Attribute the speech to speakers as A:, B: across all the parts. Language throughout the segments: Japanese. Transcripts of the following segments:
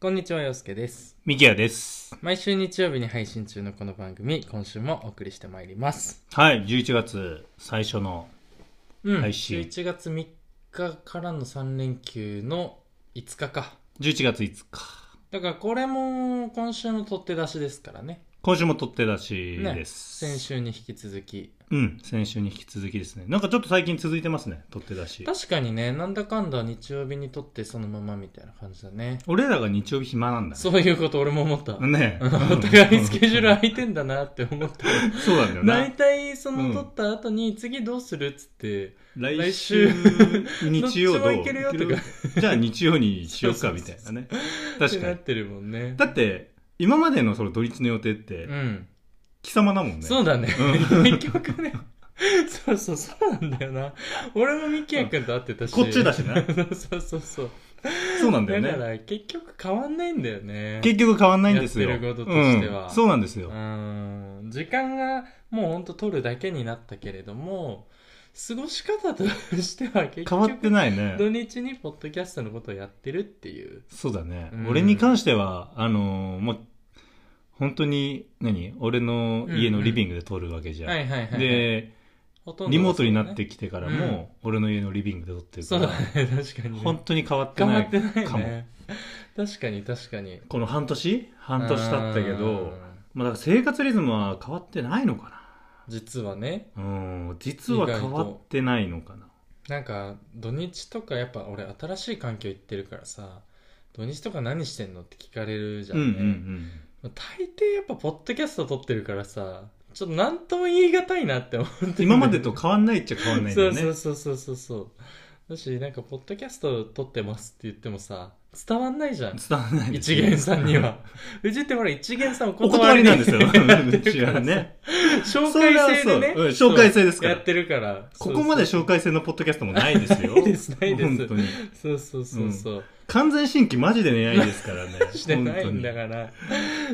A: こんにちは、洋介です。
B: ミキヤです。
A: 毎週日曜日に配信中のこの番組、今週もお送りしてまいります。
B: はい、11月最初の、
A: うん。
B: 配信
A: 11月3日からの3連休の5日か。
B: 11月5日。
A: だからこれも今週の取って出しですからね。
B: 今週も取って出し
A: ね
B: です。
A: 先。週に引き続き。
B: うん、先週に引き続きですね。なんかちょっと最近続いてますね、取って出し。
A: 確かにね、なんだかんだ日曜日に取ってそのままみたいな感じだね。
B: 俺らが日曜日暇なんだね。
A: そういうこと俺も思った。
B: ね
A: お互いスケジュール空いてんだなって思った。
B: そうなんだよ
A: 大
B: な。
A: 体その
B: うん
A: 取った後に次どうするっつって、
B: 来週
A: 来、
B: 日曜
A: ど
B: ど
A: っ
B: う
A: ちもいけるよとか
B: いけるじゃあ日曜にしよう
A: そうそう
B: か、みた
A: そう
B: い
A: そ
B: な
A: う
B: ね。
A: っ
B: 確
A: て
B: か
A: な
B: に
A: っ。てるもんね。
B: だって、今までのその土日の予定って
A: う、ん。
B: 貴様だもんね。
A: そうだね。
B: う
A: 結局ね。そうそう、そうなんだよな。俺もミキヤ君と会ってたし。
B: こっちだしな
A: そうそうそう。
B: そうなんだよ
A: だか
B: ね。
A: ら、結局変わんないんだよね。
B: 結局変わんないんですよ。
A: やってることとしては
B: うんそうなんですよ。
A: うん。時間がもうほんと取るだけになったけれども、過ごし方としては結局
B: 変わってないね。
A: 土日にポッドキャストのことをやってるっていう。
B: そうだね。
A: うん
B: 俺に関しては、あのーま、本当に、何俺の家のリビングで撮るわけじゃん。
A: はいはいはい。、
B: で、
A: ほとんど
B: リモートになってきてから
A: う
B: も、俺の家のリビングで撮ってるか
A: そうだ
B: ら、
A: ね、確かに、ね。
B: 本当に変わって
A: 変わ
B: な
A: っ
B: い。
A: てない
B: かも
A: ね。確かに確かに。
B: この半年半年経ったけど
A: うん、
B: まあ、だから生活リズムは変わってないのか
A: 実はね
B: な。うん、実は変わってないのかな。
A: なんか土日とかやっぱ俺新しい環境行ってるからさ土日とか何してんのって聞かれるじゃ
B: うんうん
A: ね、
B: ん
A: 大抵やっぱポッドキャスト撮ってるからさちょっと何とも言い難いなって思って
B: うん。
A: て
B: 今までと変わんないっちゃ変わんないんだ
A: そ
B: よ
A: う
B: ね。
A: そうそうそうそうそうだしなんかポッドキャスト撮ってますって言ってもさ伝わんないじゃん
B: 伝わらないです
A: 一
B: ね
A: 元さんには。 うちってほら一元さんお
B: お
A: 断
B: 断
A: り
B: りなん ですよ。
A: やって
B: う
A: る
B: ち
A: から
B: は
A: さ
B: ね。
A: 紹介制でね
B: それはそううん紹介制ですから
A: そうやってるから
B: ここまで
A: そう
B: 紹介制のポッドキャストもないですよ。
A: ないですないです
B: 本当に。
A: そうそうそうそう、
B: 完全新規マジでね、ないですからね。
A: してないんだか
B: か
A: ら
B: ら。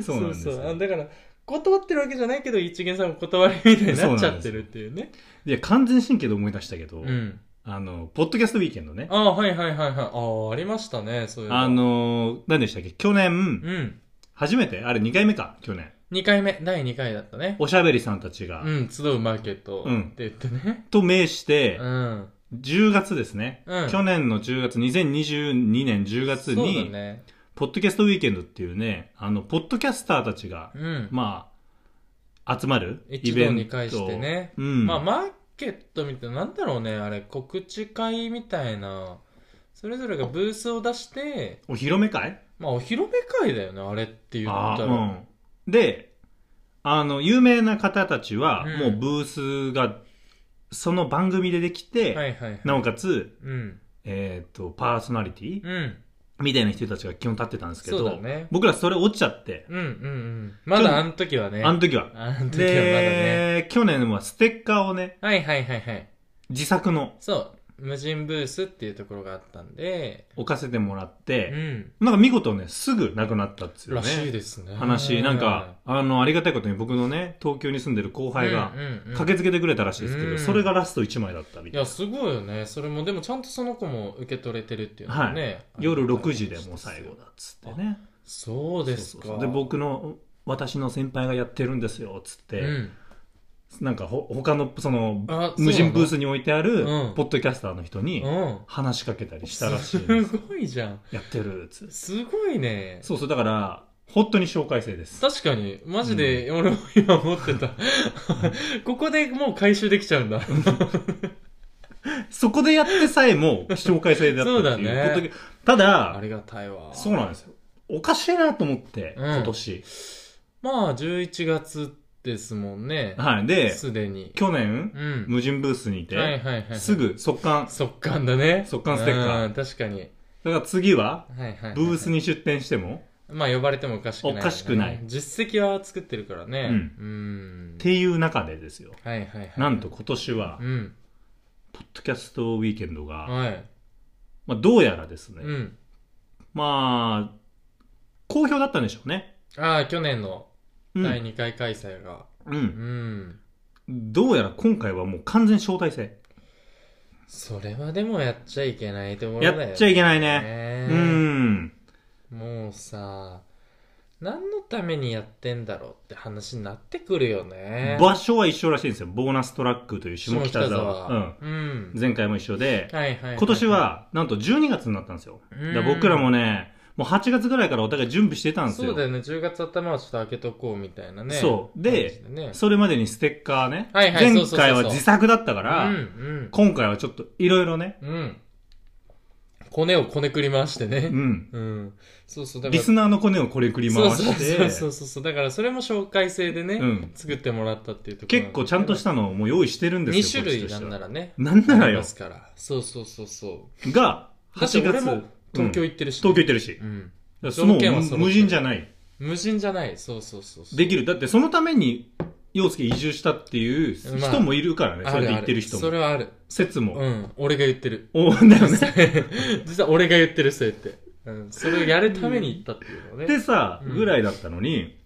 B: そうなんですよ
A: あだから断ってるわけじゃないけど一元さんも断りみたいになっちゃってるっていうね
B: いや、完全新規で思い出したけど、
A: うん
B: あの、ポッドキャストウィーケンドね。
A: ああはいはいはいはいああありましたねそういう
B: あの、何でしたっけ去年、
A: うん
B: 初めてあれ2回目か去年。
A: 2回目第2回だったね
B: おしゃべりさんたちが、
A: うん集うマーケット
B: うん
A: って言ってね
B: と名して
A: う、ん
B: 10月ですね、
A: うん
B: 去年の10月、2022年10月
A: そうだ
B: に、
A: ね
B: ポッドキャストウィーケンドっていうね、あの、ポッドキャスターたちが、
A: うん
B: まあ、集まるイ
A: 一
B: ベン
A: 堂
B: ト。
A: に会してね
B: うん。
A: まあマーケットみたいななんだろうねあれ告知会みたいなそれぞれがブースを出して
B: お披露目会
A: まあお披露目会だよねあれって言
B: あ
A: った
B: あ
A: ら
B: うん。で、あの、有名な方たちは、
A: うん
B: もうブースが、その番組でできて、
A: はいはいはい
B: なおかつ、
A: うん
B: えっ、と、パーソナリティ
A: うん
B: みたいな人たちが基本立ってたんですけ
A: そうだ
B: ど、
A: ね
B: 僕らそれ落ちちゃって、
A: うんうんうん。まだあの時はね。
B: あの時は。
A: あの時はまだね。
B: で、去年はステッカーをね、
A: はいはいはいはい。
B: 自作の
A: そう。無人ブースっていうところがあったんで、
B: 置かせてもらっ
A: う
B: て、
A: ん。
B: なんか見事ね、すぐなくなったっつうね。
A: らしいですね。
B: 話、なんか、あの、ありがたいことに僕のね、東京に住んでる後
A: うん、
B: 輩が
A: うん、うん
B: 駆けつけてくれたらしいですけど、
A: うん
B: それがラスト1枚だったみ
A: い
B: たい
A: や、すごいよね。それも、でもちゃんとその子も受け取れてるっていうのもね。
B: な。夜6時でもう最後だ。っつってね。
A: そうですか。
B: そうそうそうで、僕の、私の先輩がやってるんですよ、つって、
A: うん。
B: なんかほ、他の、その
A: あ、そ
B: 無
A: うな
B: 人
A: の
B: ブースに置いてある
A: うん、
B: ポッドキャスターの人に、
A: うん。
B: 話しかけたりしたらしいんです
A: すごいじゃん。
B: やってる、つって。
A: すごいね。
B: そうそう、だから、本当に紹介制です。
A: 確かに、マジで、俺も今思ってた。ここでもう回収できちゃうんだ。
B: そこでやってさえも、紹介制だったってい
A: そうだね
B: う。ね、ただ
A: あ、りがたいわ。
B: そうなんですよ。おかしいなと思って、
A: うん
B: 今年。
A: まあ、11月ですもんね。
B: はい。で、
A: すでに。
B: 去年、
A: うん。
B: 無人ブースにいて、
A: はいはいはい。
B: す。ぐ速乾。
A: 速乾だね。
B: 速乾ステッカー
A: うん、確かに。
B: だから次は、
A: はいはいはい。
B: ブース。に出店しても、
A: まあ、呼ばれてもおかしくない、
B: おかしくない。
A: 実績は作ってるからね。
B: うん
A: うん。
B: っていう中でですよ。
A: はいはいはい。
B: なんと今年は
A: う、ん。
B: ポッドキャストウィーケンドが、
A: はい。
B: まあどうやらですね、
A: うん。
B: まあ、好評だったんでしょうね。
A: ああ、去年の
B: うん
A: 第2回開催が。
B: う。
A: うんん。
B: どうやら今回はもう完全招待制。
A: それはでもやっちゃいけないところだよね。
B: やっちゃいけないね。う
A: ね。
B: ん。
A: もうさ何のためにやってんだろうって話になってくるよね
B: 場所は一緒らしいんですよ。ボーナストラックという下北沢。
A: うん、
B: うん。前回も一緒で、
A: はいはいはい、
B: 今年は、なんと12月になったんですよ。だから僕らも
A: ね
B: ね、もう8月ぐらいからお互い準備してたんですよ。
A: そうだよね10月頭はちょっと開けとこうみたいなね
B: そうで
A: 感じね
B: それまでにステッカーね。
A: はいはい
B: 前
A: そうそうそう
B: 回
A: そう
B: は自作だったか
A: う
B: ら、
A: ん
B: 今回はちょっといろいろね。
A: うんうんコネをこねくり回して
B: う
A: ね
B: ん。
A: うんそうそうだから
B: リスナーのコネをこれくり回して。
A: そうそうそうそうだからそれも紹介制でね、
B: うん
A: 作ってもらったっていうところ
B: 結構ちゃんとしたたのをもう用意してるんで
A: 2
B: す
A: 種
B: よ。こ
A: 類
B: っち
A: な
B: として
A: ん
B: は
A: ならね
B: なんなら
A: あり
B: よ
A: ま。すからそうそうそうそう
B: が、
A: だって
B: 8
A: 俺
B: 月、
A: も東京行ってるし、
B: 東京行ってるし。だか
A: うん
B: らその
A: 条件は揃ってる
B: 無人じゃない。
A: 無人じゃないそうそうそうそう
B: できる。だってそのために、陽介移住したっていう人もいるからね。
A: あ
B: それ
A: る
B: で
A: あ
B: 行
A: る
B: ってる人
A: そ
B: も。
A: れはある
B: 説も。
A: うん俺が言ってる
B: お だよね。
A: 実は俺が言ってるそれって、うん、それをやるために行ったっていうのね、
B: でさ、
A: うん
B: ぐらいだったのに、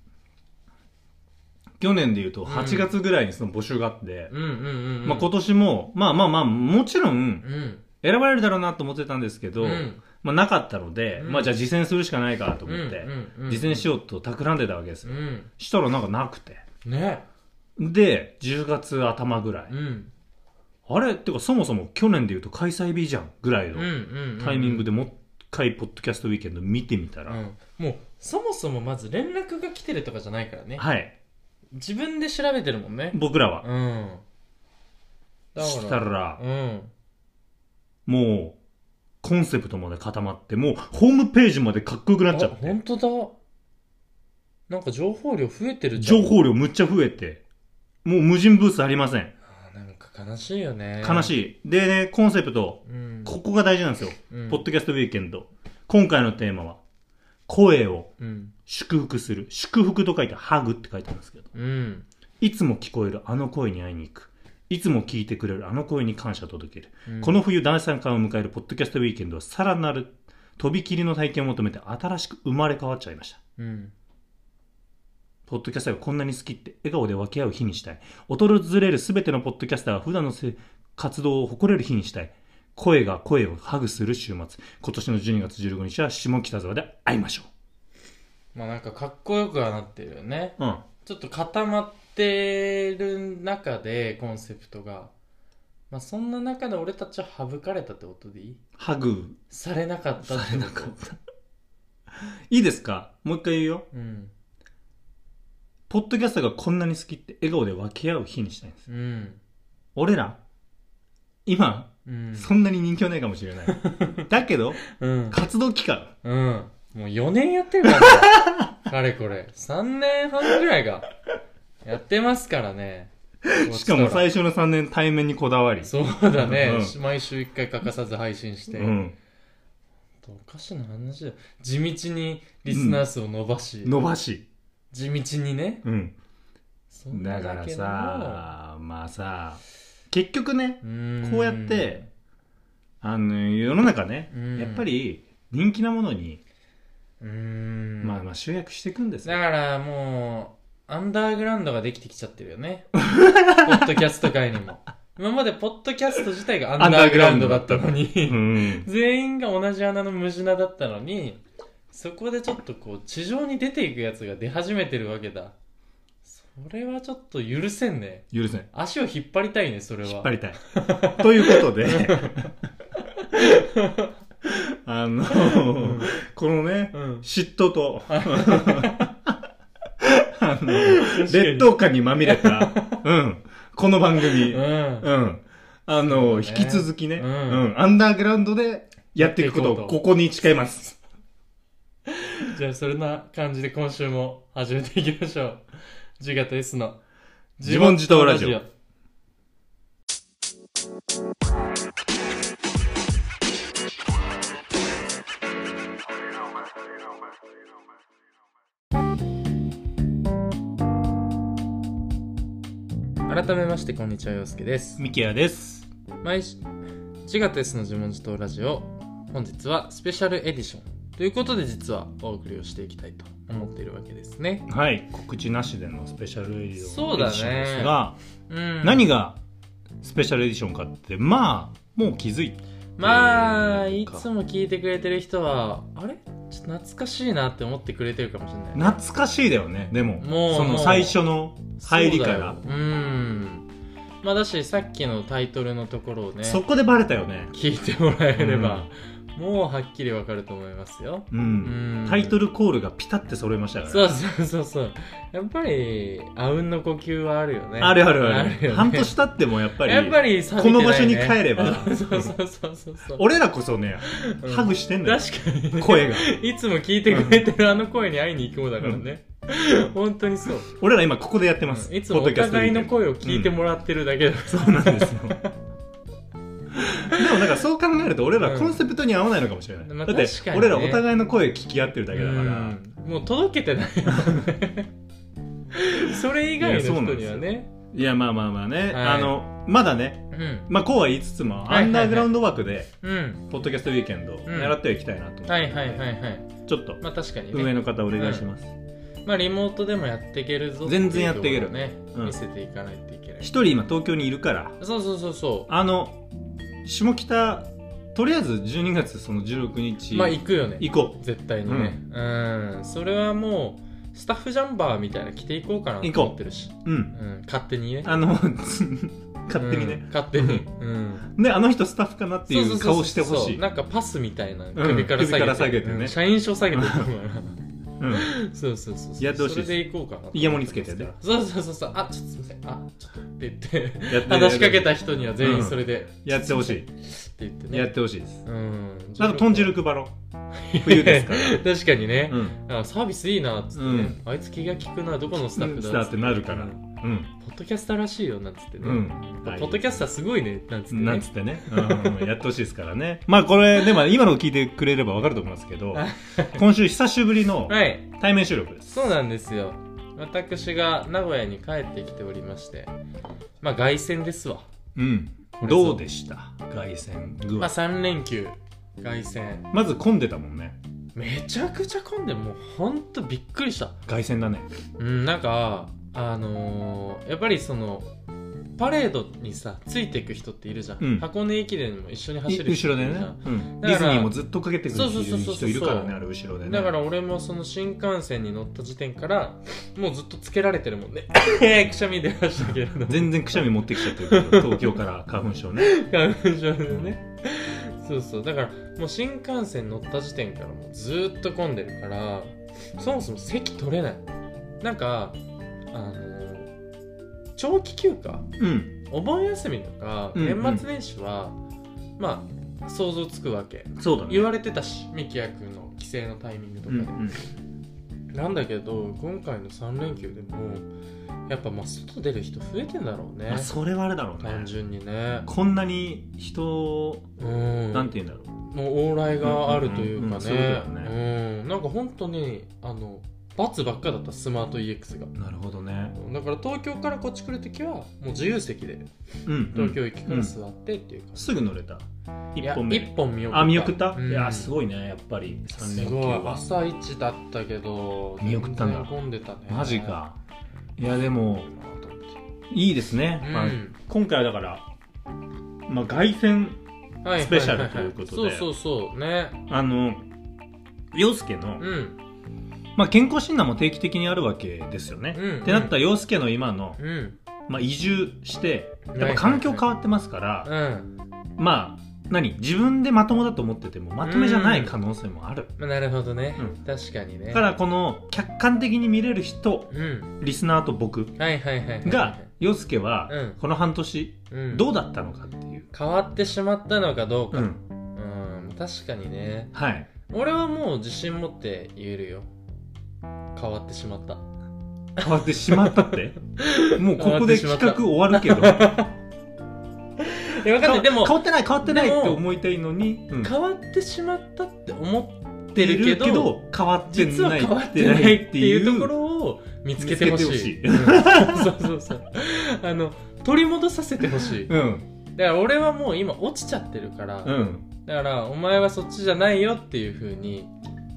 B: 去年で言うと
A: ん
B: 8月ぐらいにその募集があって、
A: うんうんうん、うん、
B: まあ今年も、まあまあまあ、もちろん
A: うん
B: 選ばれるだろうなと思ってたんですけど、
A: うん
B: まあなかったので、
A: うん
B: まあじゃあ実践するしかないかと思って、
A: うんうん、
B: 実践しようと企んでたわけです
A: う
B: よ。
A: ん
B: したらなんかなくて。
A: ね
B: で、10月頭ぐらい。
A: うん
B: あれってかそもそも去年で言うと開催日じゃんぐらい
A: うん
B: の
A: うんうん
B: タイミングでもう一回ポッドキャストウィーケンド見てみたら、
A: うん、もうそもそもまず連絡が来てるとかじゃないからね
B: はい。
A: 自分で調べてるもんね
B: 僕らは。
A: うんだ
B: し
A: か
B: た
A: ら
B: ら、
A: うん
B: もう、コンセプトまで固まって、もう、ホームページまでかっこよくなっちゃっ
A: あ
B: て
A: 本、当だなんか情報量増えてるじゃん
B: 情報量むっちゃ増えて、もう無人ブースありません。
A: あーなんか悲しいよね
B: 悲
A: い、
B: しい。でね、コンセプト、
A: うん、
B: ここが大事なんですよ。
A: うん
B: ポッドキャストウィーケンド。今回のテーマは、声を
A: うん
B: 祝福する。祝福と書いて、ハグって書いてあるんですけど、
A: うん
B: いつも聞こえるあの声に会いに行く。いつも聞いてくれるあの声に感謝を届ける。
A: うん
B: この冬第3回を迎えるポッドキャストウィーケンドはさらなる飛び切りの体験を求めて新しく生まれ変わっちゃいました。
A: うん
B: ポッドキャスターがこんなに好きって笑顔で分け合う日にしたい。訪れるすべてのポッドキャスターが普段のせ活動を誇れる日にしたい。声が声をハグする週末。今年の12月15日は下北沢で会いましょ
A: まあなんかかっこよくはなってるよね
B: う。うん。
A: ちょっと固まってる中でコンセプトがまあそんな中で俺たちは省かれたってことでいい
B: ハグ
A: されなかったって
B: さ
A: こと
B: れなかった。 いいですかもう一回言うよ。
A: うん
B: ポッドキャスターがこんなに好きって笑顔で分け合う日にしたいんです。
A: うん
B: 俺ら、今、
A: うん
B: そんなに人気はないかもしれ ない。だけど、
A: うん
B: 活動期間。
A: うん。もう4年やってるからね。かれこれ。3年半ぐらいが、やってますからね。
B: しかも最
A: 初。
B: 初の3年対面にこだわり。
A: そうだね。
B: う
A: 毎週1回欠かさず配信して。
B: うん。
A: おかしな話だよ。地道にリスナー数を伸ばし。
B: 伸ばし。
A: 地道にね。
B: うん。
A: そんな
B: だから
A: けど
B: さ、まあさ、結局ね、
A: うん
B: こうやって、あの、世の中ね、
A: うん
B: やっぱり人気なものに、
A: うん。
B: まあまあ集約していくんです
A: だ
B: よ。
A: からもう、アンダーグラウンドができてきちゃってるよ ね。ポッドキャスト界にも。今までポッドキャスト自体がアンダーグラウンドだったの
B: う
A: に、
B: ん。
A: 全員が同じ穴の無地なだったのに、そこでちょっとこう、地上に出ていくやつが出始めてるわけだ。それはちょっと許せんね。
B: 許せない。
A: 足を引っ張りたいね、それは。
B: 引っ張りたい。ということで、 あの、このね、
A: うん。
B: 嫉妬と、あの、劣等感にまみれた、うん、この番組、
A: う
B: うん、
A: ん。
B: あの、
A: そうね
B: 引き続きね、
A: う
B: うんん、アンダーグラウンドでやっていくこと
A: やっていこうと
B: をここに誓います。
A: じゃあ、それな感じで今週も始めていきましょう。ジガと S の
B: 自問自答ラジオ。
A: 改めましてこんにちは陽介です
B: ミキヤです。
A: 毎週4月 S の自問自答ラジオ本日はスペシャルエディションということで実はお送りをしていきたいと思っているわけですね
B: はい、告知なしでのスペシャルエディション
A: そうだね
B: ですが、
A: うん
B: 何がスペシャルエディションかって、まあ、もう気づいて
A: まあ
B: えー
A: いつも聞いてくれてる人はあれちょっと懐かしいなって思ってくれてるかもしれないね、
B: 懐かしいだよねでも
A: もう
B: その最初の入りか
A: そうだ
B: ら
A: ようんまあだしさっきのタイトルのところをね
B: そ,、こでバレたよね
A: 聞いてもらえれば、もうはっきりわかると思いますよ
B: うん、
A: うん
B: タイトルコールがピタって揃いましたから
A: そ
B: ね
A: うそうそうそうやっぱりあうんの呼吸はあるよね
B: あるあるある
A: よね
B: 半年経ってもやっぱり
A: やっぱり錆びてないね、
B: この場所に帰れば
A: そうそうそうそうそう
B: 俺らこそね
A: うん
B: ハグしてんだよ、
A: 確かに、ね、
B: 声が
A: いつも聞いてくれてるあの声に会いに行こうだからね、本当にそう
B: 俺ら今ここでやってます、
A: いつも
B: ポッ
A: お
B: ドキャストで
A: 互いの声を聞いてもらってるだけだ、
B: そうなんですよ でもなんかそう考えると俺らコンセプトに合わないのかもしれない、
A: うんまあ
B: だって
A: 確かにね
B: 俺らお互いの声聞き合ってるだけだから
A: うんもう届けてないよねそれ以外の人にはね
B: いやまあまあまあね、
A: い
B: あのまだね
A: うん
B: まあこうは言いつつ
A: はい
B: も、
A: はいはい
B: アンダーグラウンドワークで
A: うん
B: ポッドキャストウィーケンドを狙ってはいきたいなと思って、
A: はいはいはいはい
B: ちょっと
A: まあ確かに
B: 運営
A: ね
B: の方お願いします
A: まあリモートでもやっていけるぞ
B: 全然やっていける
A: うところをね、
B: うん
A: 見せていかないといけない
B: 一、人今東京にいるから
A: そうそうそうそ
B: あの下北とりあえず12月その16日
A: うまあ行くよね
B: 行こ
A: 絶対にねうん、それはもうスタッフジャンバーみたいな着ていこうかなと思ってるし
B: ううん
A: う、ん、勝手にね
B: あの 勝手にね
A: うん、勝手に、
B: う
A: うん、
B: ね、あの人スタッフかなっていう顔してほ
A: そうそうそう
B: し
A: そう
B: い。
A: なんかパスみたいな
B: うん
A: 首から下げて,、
B: 首から下げてね
A: うん社員証下げてるから
B: うん
A: そうそうそうそう
B: やってほしいです
A: それで行こうかな
B: イヤモニつけてね
A: そうそうそうそうあちょっとすいませんあちょっとって言って
B: やって
A: 話しかけた人には全員それで、
B: やってほし い。
A: って言ってね
B: やってほしいです。
A: うん
B: あと豚汁配ろう。冬ですか ら。
A: 確かにね、
B: うん。
A: あサービスいいなっつってね、
B: うん
A: あいつ気が利くなどこのスタッフだ
B: スターってなるか
A: う
B: ら。
A: ん
B: うん。
A: ポッドキャスターらしいよなんつってね、
B: うん。
A: ポッドキャスターすごいねなんつってね
B: なんつってね、うん、やってほしいですからね。 まあこれ、でも今のを聞いてくれればわかると思いますけど
A: はい、
B: 今週久しぶりの
A: はい
B: 対面収録です。
A: そうなんですよ私が名古屋に帰ってきておりましてまあ凱旋ですわ
B: うん。どうでした凱旋具
A: まあ
B: 合。
A: 3連休凱旋
B: まず混んでたもんね。
A: めちゃくちゃ混んでもうほんとびっくりした
B: 凱旋だね。
A: うんなんかあのーやっぱりそのパレードにさついていく人っているじゃん、
B: うん
A: 箱根駅伝も一緒に
B: い
A: 走る
B: 後
A: 人
B: ろ
A: い
B: で
A: る
B: ね
A: じゃん。
B: うんデ
A: だから
B: ィズニーもずっとかけてくる
A: そうそうそうそう
B: 人いるからね、あれ後ろでね。
A: だから俺もその新幹線に乗った時点からもうずっとつけられてるもんねえー くしゃみ出ましたけれど
B: 全然くしゃみ持ってきちゃってるけど東京から花粉症ね
A: 花粉症でねそうそうだからもう新幹線乗った時点からもうずーっと混んでるからそもそも席取れないなんかあの長期休暇
B: うん
A: お盆休みとか
B: うんうん
A: 年末年始は、まあ想像つくわけ
B: そうだね
A: 言われてたしミキヤ君の帰省のタイミングと
B: う
A: か
B: ん
A: で、
B: うん
A: なんだけど今回の3連休でもやっぱまあ外出る人増えてんだろうね
B: まあ、それはあれだろうね
A: 単純にね
B: こんなに人
A: うん
B: なんて言うんだろ
A: の往来があるというかね
B: うんうんうんそうだよ
A: うんなんか本当にあの罰ばっかだったスマート EX が
B: うなるほどね
A: だから東京からこっち来る時はもう自由席で
B: うん、うん
A: 東京駅から座ってっていう感じ、
B: すぐ乗れた
A: い
B: 一
A: や
B: 本目
A: 一本見送った
B: あ見送った、
A: うん
B: いやすごいねやっぱり3
A: す
B: 連休
A: ごい
B: は
A: 朝一だったけど
B: 見送ったんだ
A: 全然混んでたね
B: マジかいやでも
A: いいなと思って
B: いいですね、
A: うん
B: まあ、今回はだからまあ凱旋
A: はいはいはいはい
B: スペシャルということ
A: そう
B: で
A: そうそうね
B: あの陽介の、
A: うん
B: まあ、健康診断も定期的にあるわけですよね、
A: うん
B: ってなったら陽介の今の
A: うん
B: まあ、移住して
A: はい
B: やっぱ環境変わってますから、
A: うん
B: まあ何自分でまともだと思っててもまとめじゃない可能性もある、
A: まあなるほどね、
B: うん
A: 確かにね
B: だからこの客観的に見れる人
A: うん
B: リスナーと僕
A: はいはいはいはいはい
B: が洋介は
A: うん
B: この半年
A: うん
B: どうだったのかっていう、
A: 変わってしまったのかどう
B: う
A: か
B: ん
A: うん、確かにね
B: はい
A: 俺はもう自信持って言えるよ変わってしまった
B: 変わってしまったって もうここで企画終わるけど
A: いや分かんないでも
B: 変わってない変わってないっ
A: で
B: て
A: も
B: 思いたいのに、うん
A: 変わってしまったって思ってるけど
B: 変わって
A: 実は
B: ない
A: 変わってないっていうところを見つけてほしい
B: 見
A: うんそうそうそうあの取り戻させてほしいだか
B: うん
A: ら俺はもう今落ちちゃってるから、
B: うん
A: だからお前はそっちじゃないよっていうふうに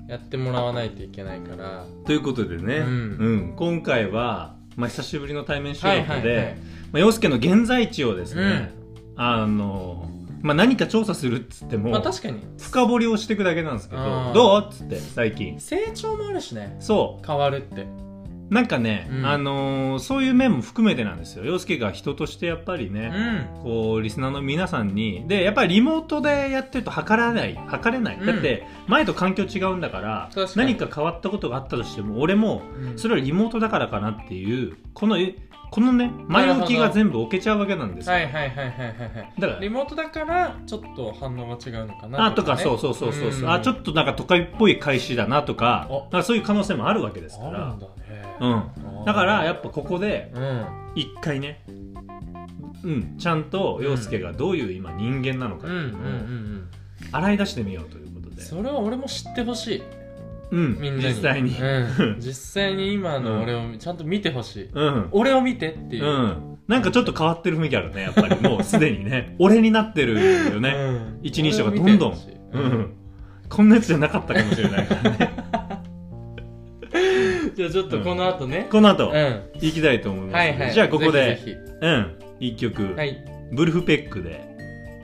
A: やってもらわないといけないから
B: ということでね、
A: うん
B: うん今回は、まあ、久しぶりの対面収録
A: は
B: で、
A: いはいはい
B: まあ、陽介の現在地をですね、あのまあ、何か調査するっつっても、
A: まあ確かに
B: 深掘りをしていくだけなんですけ
A: あ
B: ど
A: ー
B: どうっつって最近
A: 成長もあるしね
B: そ
A: 変わるって
B: うなんかね、
A: うん
B: あのーそういう面も含めてなんですよ陽介が人としてやっぱり
A: う
B: ね、
A: ん
B: こうリスナーの皆さんにでやっぱりリモートでやってると測らない測れない、
A: うん
B: だって前と環境違うんだから
A: 確か
B: 何
A: に
B: か変わったことがあったとしても俺も
A: うん
B: それはリモートだからかなっていうこのえこのね前置きが全部置けちゃうわけなんですよ、
A: はいはいはいはいはいはい
B: だから
A: リモートだからちょっと反応が違うのかな
B: あとか、
A: ね
B: そうそうそうそうそう、
A: うん
B: あちょっとなんか都会っぽい開始だなとか
A: お
B: なんかそういう可能性もあるわけですか
A: ある
B: ら
A: んだね
B: うんだからやっぱここで
A: うん
B: 一回ねうんちゃんと陽介がどういう今人間なのか
A: う
B: っ
A: んう
B: て
A: んうん
B: いう
A: う
B: のを
A: ん
B: 洗い出してみようということで
A: それは俺も知ってほしい
B: うん
A: みんなに
B: 実際に
A: うん実際に今
B: うん
A: の俺をちゃんと見てほしい
B: うん
A: 俺を見てっていううん
B: なんかちょっと変わってる雰囲気あるねやっぱりもうすで にね俺になってるよね
A: うん
B: 一人称がどんど
A: 俺
B: ん
A: を見てほしい
B: うんこんなやつじゃなかったかもしれな いからね
A: じゃあちょっとこの後ね
B: この
A: う
B: 後
A: ん
B: 行きたいと思います
A: は
B: の
A: い
B: で、
A: はい
B: じゃあここで
A: ぜひぜ
B: うん一曲、
A: ひはい
B: ブルフペックで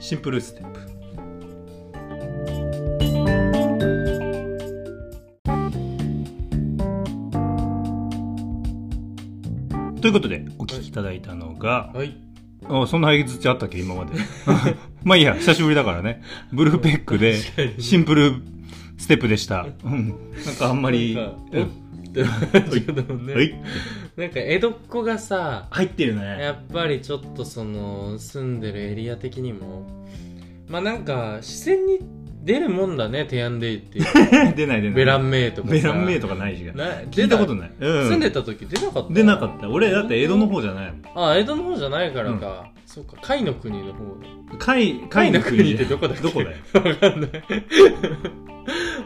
B: シンプルステップということでお聞きいただいたのが、
A: はい
B: あそんな配置あったっけ今まで まあいいや久しぶりだからねブルフペックで
A: 確かに
B: シンプルステップでした、うん、なんかあんまり
A: なんか
B: うん
A: おってちょっとね
B: はい
A: なんか江戸っ子がさ
B: 入ってるね
A: やっぱりちょっとその住んでるエリア的にもまあなんか視線に出るもんだねテアンデイっていう
B: 出ない出ない
A: ベランメイとかさ
B: ベランメイとかないしが
A: な
B: 聞いたこと
A: ない、
B: ない、うん、
A: 住んでた時出なかった
B: 出なかった俺だって江戸の方じゃないもん
A: あ江戸の方じゃないからか、そっか甲斐の国の方
B: 海
A: 甲斐
B: 海
A: の
B: の
A: 国
B: 国
A: ってどこだっけ
B: どこだよ
A: わかんない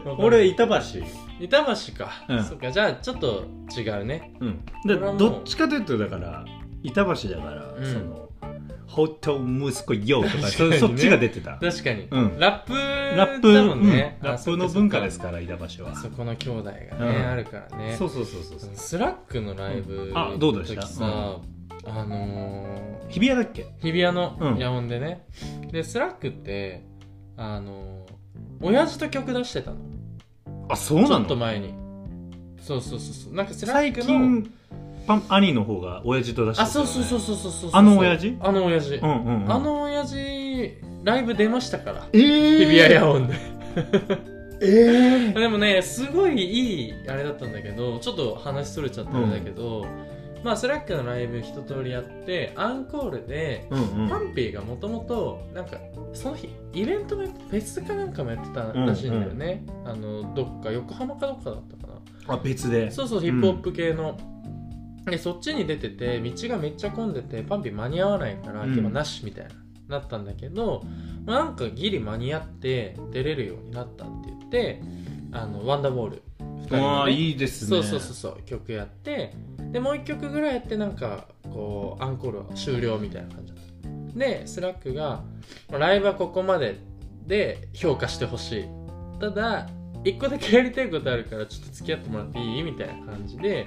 B: 俺
A: 俺
B: 板橋
A: 板橋か、
B: うん
A: そっかじゃあちょっと違うね
B: うん
A: これ
B: で
A: はもう
B: どっちかというとだから板橋だから、
A: うん
B: その「ホト息子よ」とか
A: 確か
B: そ
A: にね
B: そっちが出てた
A: 確かに、
B: うん
A: ラップ
B: ラップ、
A: だもんね、
B: うんラ
A: あ
B: ッ
A: そっ
B: プ
A: かそ
B: の
A: っか
B: 文化ですから板橋は
A: そこの兄弟がね、
B: うん
A: あるからね
B: そうそうそうそうそう
A: スラックのライブ
B: あどうでし
A: の
B: た
A: 時さ、あのー
B: 日比谷だっけ
A: 日比谷の
B: うん
A: 野音でね、でスラックってあのー親父と曲出してたの
B: あそうな
A: ちょっと
B: の
A: 前にそうそうそうそうなんかスラッ
B: 最
A: クの
B: 近パン兄の方が親父と出して
A: あ
B: たよ
A: そう
B: ね
A: そうそうそうそうそう
B: あの親父
A: あの親父、
B: うんうん、うん、
A: あの親父ライブ出ましたから
B: えー、
A: 日比谷野音で
B: えー、
A: でもねすごいいいあれだったんだけどちょっと話それちゃったんだけど、まあスラックのライブ一通りやってアンコールで
B: うんうん
A: パンピーがもともとなんかその日イベントもやってフェスかなんかもやってたらしいんだよね、あのどっか横浜かどっかだったかな
B: あ別で
A: そうそうヒップホップ系の、でそっちに出てて道がめっちゃ混んでてパンピー間に合わないから
B: うん
A: 今なしみたいな、なったんだけど、まあ、なんかギリ間に合って出れるようになったって言ってあのワンダーボール2人
B: あ
A: の
B: あ
A: ね
B: いいです
A: そ
B: ね
A: うそうそうそう曲やってでもう1曲ぐらいやってなんかこうアンコールは終了みたいな感じだったでスラックが「ライブはここまでで評価してほしいただ1個だけやりたいことあるからちょっと付き合ってもらっていい?」みたいな感じで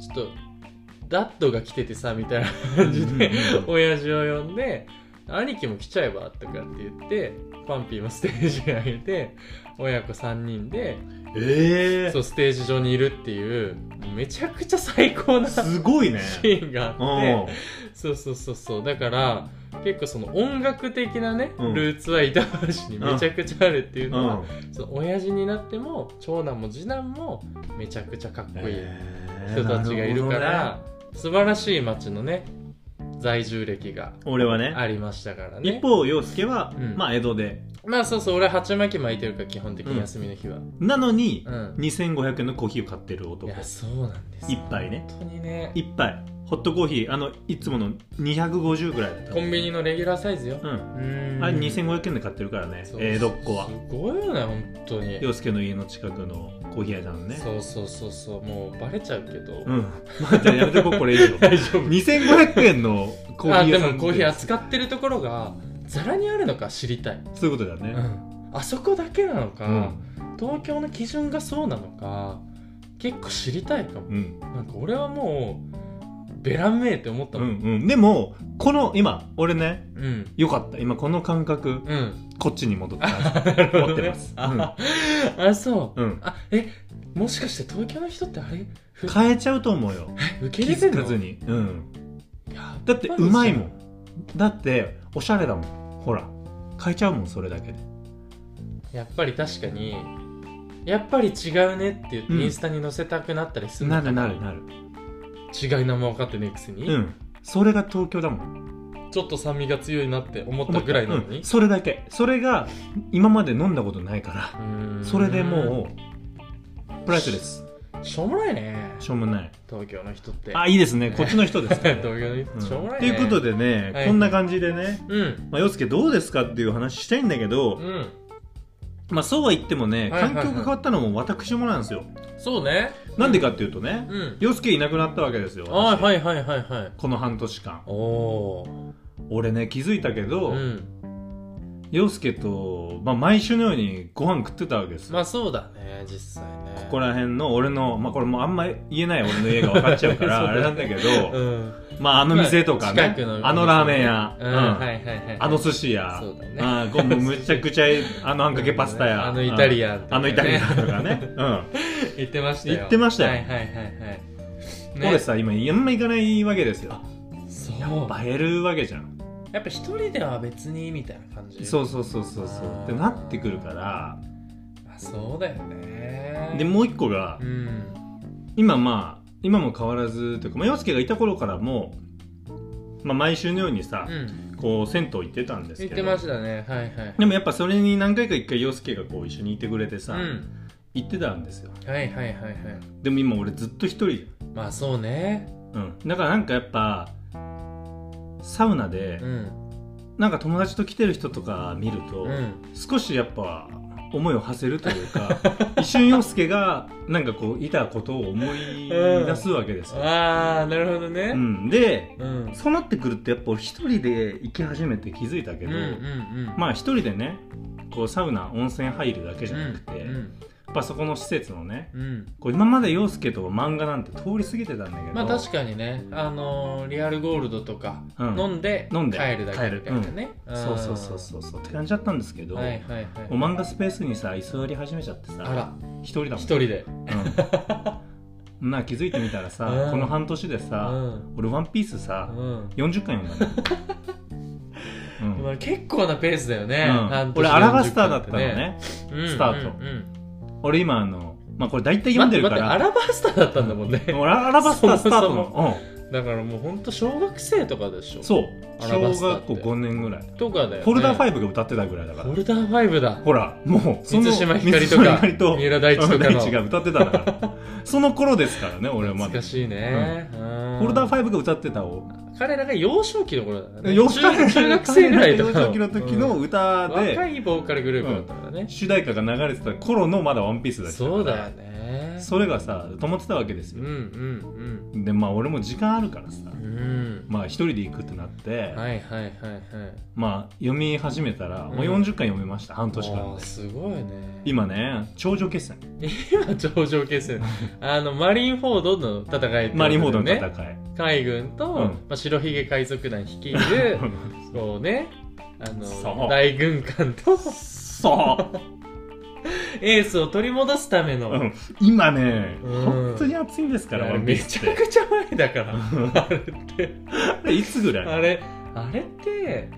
A: ちょっと「ダッドが来ててさ」みたいな感じで
B: うん
A: 親父を呼んで「兄貴も来ちゃえば」とかって言ってパンピーもステージに上げて親子3人で
B: ええ ー、
A: そうステージ上にいるっていうめちゃくちゃ最高なシ
B: すごいね。
A: ーンが
B: う
A: あって
B: ん
A: そうそうそうそうだから結構その音楽的なね、
B: うん
A: ルーツは板橋にめちゃくちゃあるっていうのは、
B: う
A: その親父になっても長男も次男もめちゃくちゃかっ
B: ん
A: こいい人たちがいるか。
B: なほ
A: ら、素晴らしい街のね在住歴が
B: どね俺はね、
A: ありましたからね
B: 一方、洋介は
A: う、ん
B: まあ、江戸で。ま
A: まあそうそう俺は鉢巻き巻いてるから基本的に休みの日は
B: なのに
A: う、ん、
B: 2500円のコーヒーを買ってる
A: い
B: 男。
A: やそうなんです
B: 一杯ね。
A: 本当にね
B: 一杯。ホットコーヒー、あの、いつもの250ぐらいだった。
A: コンビニのレギュラーサイズよ
B: うん。
A: うん
B: あれ2500円で買ってるからね
A: そ、う
B: 江戸っ子は
A: す。ごいよね本当に
B: 洋介の家の近くのコーヒー屋さんのね。
A: そうそうそうそうもうバレちゃうけど、
B: うん。まあ、じゃあやめとこう、これ以 上。
A: 大丈夫
B: 2500円のコー
A: あ
B: ヒ
A: で
B: ー屋さん
A: もコーヒー扱ってるところがザラにあるのか知りたい、
B: そういうことだ
A: う
B: ね。
A: ん、あそこだけなの
B: う
A: か、。東京の基準がそうなのか結構知りたいかも
B: うん。
A: なんか俺はもうベランめえって思った
B: う
A: もん
B: んうん。でも、この、今、俺ね、
A: うん
B: よかった。今、この感覚、
A: うん
B: こっちに戻った。
A: なる
B: 思っ てますうん
A: ああそう
B: うん。
A: あえもしかして東京の人ってあれふ
B: 変えちゃうと思 うよ。
A: 受
B: 気
A: け入れて
B: づ
A: ん
B: か
A: の
B: ずに。うん。
A: や
B: だって、うまいもん。だって、おしゃれだもん。ほら。変えちゃうもん、それだけで。
A: やっぱり確かにやっぱり違うねって言って
B: うん
A: インスタに載せたくなったりする
B: な
A: の
B: る
A: か
B: なるなる。
A: 違い名も分かってねえくせに、
B: うん。それが東京だもん。
A: ちょっと酸味が強いなって思ったぐらいなの
B: う
A: に
B: ん、それだけそれが今まで飲んだことないから
A: うーん
B: それでもうプライスです
A: しょうもないね
B: しょうもない
A: 東京の人って
B: あいいです ねこっちの人ですから
A: 東
B: ね
A: 京の
B: う
A: 人
B: ん
A: しょうもない
B: と
A: ね
B: いうことでね、
A: はい
B: こんな感じでね、
A: うん
B: まあ、洋介どうですかっていう話したいんだけど、
A: うん
B: まあ、そうは言ってもね
A: はいはい
B: 環
A: はい
B: 境が変わったのも私もなんですよ、
A: そうね
B: なんでかっていうとね
A: うん
B: 洋介いなくなったわけですよ
A: あ
B: 私
A: ーはいはいはいはい
B: この半年間
A: おお
B: 俺ね気づいたけ
A: ー
B: ど
A: うん
B: 洋介と、まあ、毎週のようにご飯食ってたわけですよ
A: まあそうだね実際ね
B: ここら辺の俺の、まあ、これもうあんま言えない俺の家が分かっちゃうか
A: そう
B: ら
A: だ
B: あ
A: ね
B: れなんだけ
A: う
B: ど、
A: ん
B: まあ、あの店とかね、
A: 近くのお店
B: あのラーメン屋、
A: う
B: うんん
A: はいはいはい
B: あの寿司屋、
A: そうだね
B: あーこうもうむちゃくちゃあのあんかけパスタ屋、
A: あのイタリ
B: ア、
A: アンとかね
B: あのイタリアンとかね、うん、
A: 言ってましたよ
B: 言ってましたよ
A: はいはいはいはい、ね
B: 俺さ今あんま行かないわけですよ
A: そう
B: やっぱ減るわけじゃん
A: やっぱ一人では別にみたいな感じ
B: そううそうそうそうそ
A: あー
B: うってなってくるから
A: あそうだよね
B: でもう一個が
A: うん
B: 今まあ今も変わらずというか、まあ、洋介がいた頃からも、まあ、毎週のようにさ、
A: うん
B: こう銭湯行ってたんです
A: 言
B: けど
A: ってましたねはいはい
B: でもやっぱそれに何回か一回洋介がこう一緒にいてくれてさ、
A: うん
B: 行ってたんですよ
A: はいはいはいはい
B: でも今俺ずっと一人じ
A: まあそうね
B: ゃん、うん、だからなんかやっぱサウナで
A: うん
B: なんか友達と来てる人とか見ると、
A: うん
B: 少しやっぱ思いを馳せるとい うか一瞬洋介がなんかこういたことを思い出すわけですよ、
A: ああなるほど
B: う
A: ね
B: んで
A: うん
B: そうなってくるとやっぱ俺一人で行き始めて気づいたけ
A: うんう
B: ど、
A: んうん
B: まあ一人でねこうサウナ温泉入るだけじゃなくて、
A: うん
B: やっぱそこの施設のね
A: うんうん
B: こう今まで洋介と漫画なんて通り過ぎてたんだけど
A: まあ確かにねあのーリアルゴールドとか
B: うん
A: 飲んで
B: 飲んで
A: 帰るだけみたいなね
B: そうそうそうそうそうって感じだったんですけ
A: う
B: ど、
A: んはいはいはい
B: お漫画スペースにさ居座り始めちゃってさ
A: あら
B: 一人だもん
A: 一人で
B: うん、 なあ気づいてみたらさ、
A: うん
B: この半年で
A: う
B: さ、
A: ん
B: 俺「ワンピースさ、
A: うん
B: 40巻読んだね、 うん
A: まあ結構なペースだよね
B: うん
A: 半年
B: 俺
A: 40
B: アラバスターだったのね
A: うん
B: スタート
A: うんうん
B: 俺今あのまあこれ大体読んでるから、
A: 待って待ってアラバスターだったんだもんね
B: うん俺アラバスタースター
A: そ
B: トの
A: もそだからもうほんと小学生とかでしょ
B: うん、そう
A: アラバスターっ
B: 小学
A: て
B: 校5年ぐらい、
A: とかだよ、ね、
B: フォルダ
A: イ
B: 5が歌ってたぐらいだから
A: ブフォルダーファイブだ
B: ほら、もう、
A: 満島ひかりとか
B: 満島ひかりと
A: 三浦大知とかの
B: 大知が歌ってたから。その頃ですからね、俺は
A: 懐
B: まだ。
A: か
B: フ
A: しいね、うん
B: ォルダー5が歌ってたを。
A: 彼らが幼少期の頃だね
B: 幼
A: 中中学生ぐらいとか
B: 幼少期の時の
A: うん
B: 歌
A: 若
B: で、
A: いボーカルグループだったからね、
B: 主題歌が流れてた頃のまだワンピースだったから
A: そうだよね
B: それがさ、止まってたわけです
A: うんう
B: よ。
A: ん
B: で、まあ俺も時間あるからさ
A: う、んうん
B: まあ一人で行くってなって、
A: はいはいはいはい
B: まあ読み始めたら、もう
A: うん
B: 40巻読めました、半年間
A: おー
B: で。
A: すごいね
B: 今ね、頂上決戦。
A: 今頂上決戦あのマリンフォードの戦いってことだよね
B: マリンフォードの戦い。
A: 海軍と、
B: うん
A: まあ、白ひげ海賊団率いるこうねあ
B: そ
A: の
B: う
A: 大軍艦と
B: そう
A: エースを取り戻すための、
B: うん今ね、
A: うん
B: 本当に暑いんですから、
A: あ
B: ワ
A: れ
B: ンピー
A: め
B: ス
A: ち
B: っ
A: ゃ
B: て。
A: くちゃ前だから
B: うん
A: あれって
B: あれいつぐら
A: あ
B: い
A: れあれって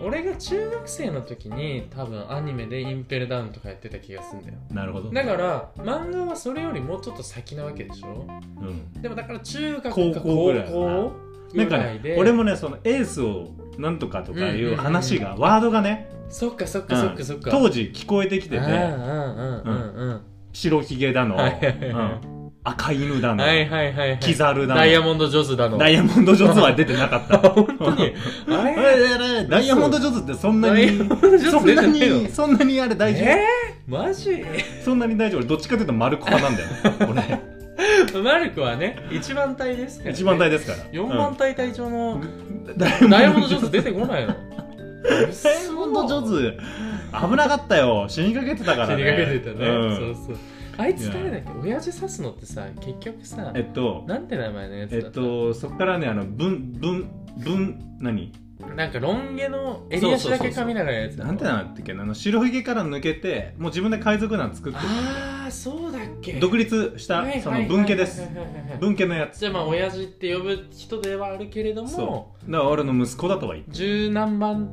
A: 俺が中学生の時に多分アニメで「インペルダウン」とかやってた気がするんだよ
B: なるほど。
A: だから漫画はそれよりもうちょっと先なわけでしょ
B: うん
A: でもだから中学か高
B: 高校
A: 校
B: ぐらいだなな
A: ぐ
B: んから
A: い
B: ね
A: で、
B: 俺もね、そのエースをなんとかとかいう話が、ワードがね、
A: そっかそっ
B: う
A: かそっ
B: ん
A: かそっか、
B: 当時聞こえてきて
A: うん
B: て、
A: うんうんうんうん
B: 白ひげだの、
A: はいはいはい
B: うん赤犬だの
A: は、いはいはいはい。
B: キザルだの、
A: ダイヤモンド・ジョズだの。
B: ダイヤモンドジョズは出てなかった。
A: 本当に。あ
B: あ
A: れ
B: れあれダイヤモンドジョズってそんな
A: ダイヤ
B: に
A: モン、ド・ジョ
B: そ
A: ズ
B: ん
A: 出
B: な
A: てねえの
B: に、そんなにあれ大丈
A: えー、マジ
B: 夫。そんなに大丈夫。俺どっちかというと丸子派なんだよ。俺。
A: マルクはね、一番隊ですから、ね。
B: 一番大ですから。
A: 4番隊隊長の
B: うんダイ
A: ダイヤモンド・ジョズ出てこないの。
B: ダイヤモンドジョズ危なかったよ死にかけてたから
A: 死
B: ね
A: にかけてたね。
B: うん
A: そうそう。あいつ誰だっけ親父刺すのってさ結局さ
B: えっと
A: なんて名前のやつ
B: え
A: だ
B: っとそっからねあの分分分何
A: なんかロン毛の襟足だけ髪長いやつだ
B: なんてなったっけなあの白ひげから抜けてもう自分で海賊団作って
A: ああそうだっけ
B: 独立した
A: はい
B: そ
A: はい
B: の
A: はい
B: 分家です
A: はいはいはいはい
B: 分家のやつ
A: じゃあまあ親父って呼ぶ人ではあるけれど
B: そ
A: も
B: うだから俺の息子だとは言って
A: 十何番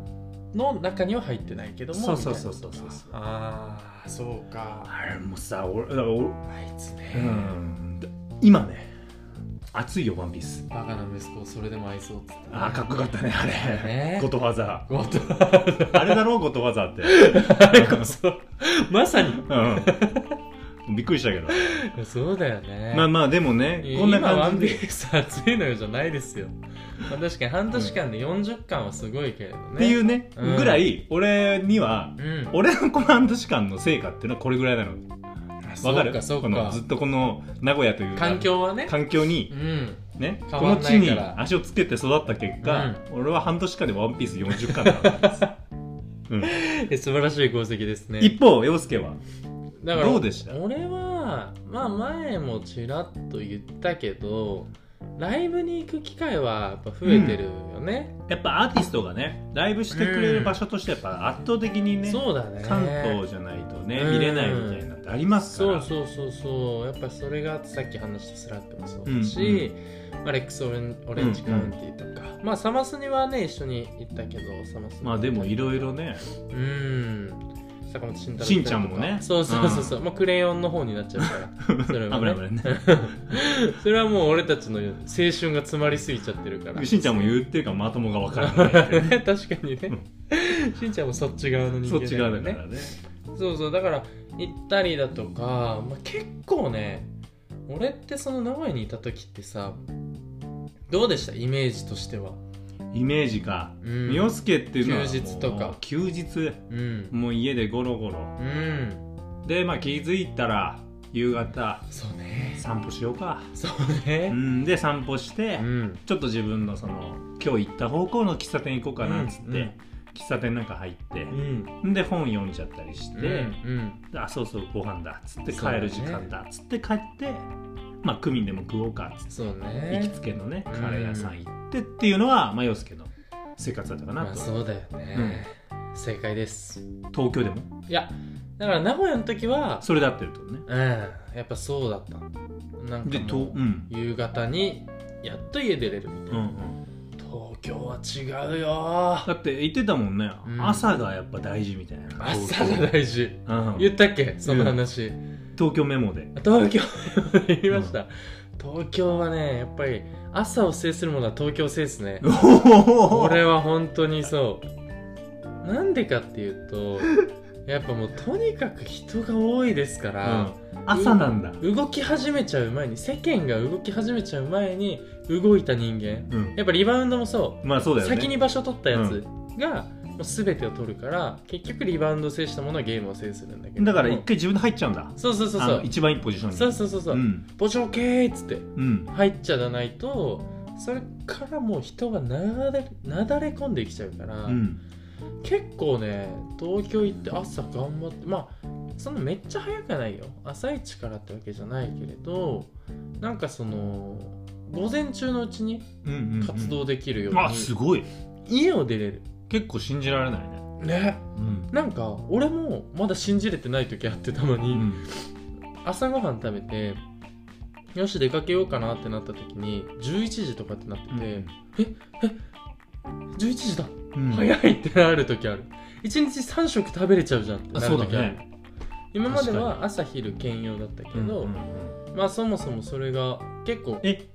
A: の中には入ってないけども
B: そうそう
A: みたいなことか
B: そうそうそう
A: ああそうか
B: あれもうさ俺だから
A: あ
B: 俺
A: いつね、
B: うん今ね熱いよワンピース
A: バカな息子をそれでも愛そうっつって
B: あーかっこよかったねあれ
A: ね
B: こと わざ
A: ごと
B: あれだろうことわ ざって
A: あれこそまさに
B: うん びっくりしたけど
A: そうだよね
B: まあまあでも
A: い
B: ね
A: や
B: こんな
A: 今ワ
B: 感
A: ン
B: じ
A: ピ
B: で
A: ース熱いのよじゃないですよ、まあ、確かに半年間で40巻はすごいけれどね
B: っていうね
A: うん
B: ぐらい俺には
A: うん
B: 俺のこの半年間の成果っていうのはこれぐらいなのわかる
A: そう
B: こ
A: かそう
B: の
A: か
B: ずっとこの名古屋という
A: 環境はね
B: 環境に
A: うん
B: ね
A: 変
B: こ
A: わ
B: の
A: ん
B: 地
A: ない
B: に
A: から
B: 足をつけて育った結果、俺は半年間で「ワンピース40巻 だったんです、うん、
A: え素晴らしい功績ですね
B: 一方洋介は
A: だから
B: どうでした
A: 俺はまあ前もちらっと言ったけどライブに行く機会はやっぱ増えてるよね、
B: やっぱアーティストがねライブしてくれる場所としてやっぱ圧倒的にね、
A: そうだね
B: 関東じゃないとね、
A: うん
B: 見れないみたいなってありますか
A: そ
B: ら
A: うそうそうそうやっぱそれがさっき話したスラックもそうだし、まあ、レックスオレンオレンジカウンティーとか、まあサマスにはね一緒に行ったけどサマス
B: まあでもいろいろ
A: ね
B: ね
A: うん坂本慎太郎
B: しんちゃんもね
A: そうそうそうそう、まあ、クレヨンの方になっちゃう から それは、
B: 危
A: ね、
B: ない危ないね
A: それはもう俺たちの青春が詰まりすぎちゃってるから
B: しんちゃんも言ってるからまともが分か らない、
A: ね 確かにねしんちゃんもそっち側の人
B: そ
A: 間
B: っち側だからね
A: そうそうだから行ったりだとか、まあ、結構ね俺ってその名古屋にいた時ってさどうでしたイメージとしては、
B: イメージか
A: うん、
B: 洋介っていうのはもう
A: 休日とか
B: 休日
A: うん、
B: もう家でゴロゴロ
A: うん、
B: でまあ気づいたら夕方
A: そうね
B: 散歩しようか
A: そう
B: う
A: ね
B: んで散歩して、
A: うん
B: ちょっと自分のその今日行った方向の喫茶店行こうかなっつって、
A: うんうん
B: 喫茶店なんか入って
A: う、ん
B: で本読んじゃったりして、
A: うん
B: あそうそうご飯だっつって
A: そうだ
B: 帰
A: ね
B: る時間だっつって帰って、まあクミンでも食おうかっつって、
A: そう
B: 行き
A: ね
B: つけのねカレー屋さん行ってっていうのは、まあ洋介の生活だったかな
A: まあ
B: と、
A: そうだよね、正解です
B: 東京でも
A: いやだから名古屋の時は
B: それだってるってことね
A: うんやっぱそうだったなんか
B: でと
A: もう
B: うん
A: 夕方にやっと家出れるみたい
B: うんう
A: な、
B: ん、
A: 東京は違うよ
B: だって言ってたもんね、
A: うん
B: 朝がやっぱ大事みたいな
A: 朝が大事
B: うん
A: 言ったっけその話、
B: 東京メモ で
A: 東京言いました、東京はねやっぱり朝を制するものは東京制ですね
B: おお
A: これは本当にそうなんでかっていうとやっぱもうとにかく人が多いですか
B: う
A: ら
B: ん、、朝なんだ
A: 動き始めちゃう前に世間が動き始めちゃう前に動いた人間
B: うん
A: やっぱリバウンドもそう
B: まあそうだよね
A: 先に場所取ったやつが、もう全てを取るから結局リバウンドを制したものはゲームを制するんだけど
B: だから一回自分で入っちゃうんだ
A: そうそうそう
B: あ
A: そ
B: の
A: う
B: 一番いいポジションに
A: そうそうそうそう、
B: うん
A: ボジョケーっつって
B: うん
A: 入っちゃらないとそれからもう人がなだれなだれ込んできちゃうから、
B: うん
A: 結構ね東京行って朝頑張ってまあそんなめっちゃ早くはないよ朝一からってわけじゃないけれどなんかその午前中のうちに
B: うんうんうん
A: 活動できるように、
B: あすごい
A: 家を出れる
B: 結構信じられないね
A: ね
B: うん
A: なんか俺もまだ信じれてない時あってたまに、朝ごはん食べてよし出かけようかなってなった時に11時とかってなってて、11時だ、
B: うん
A: 早いってなる時ある1日3食食べれちゃうじゃんってな
B: あ
A: る
B: そうだ
A: 時ある
B: ね
A: 今までは朝昼兼用だったけど、
B: うんうんうん
A: まあそもそもそれが結構
B: え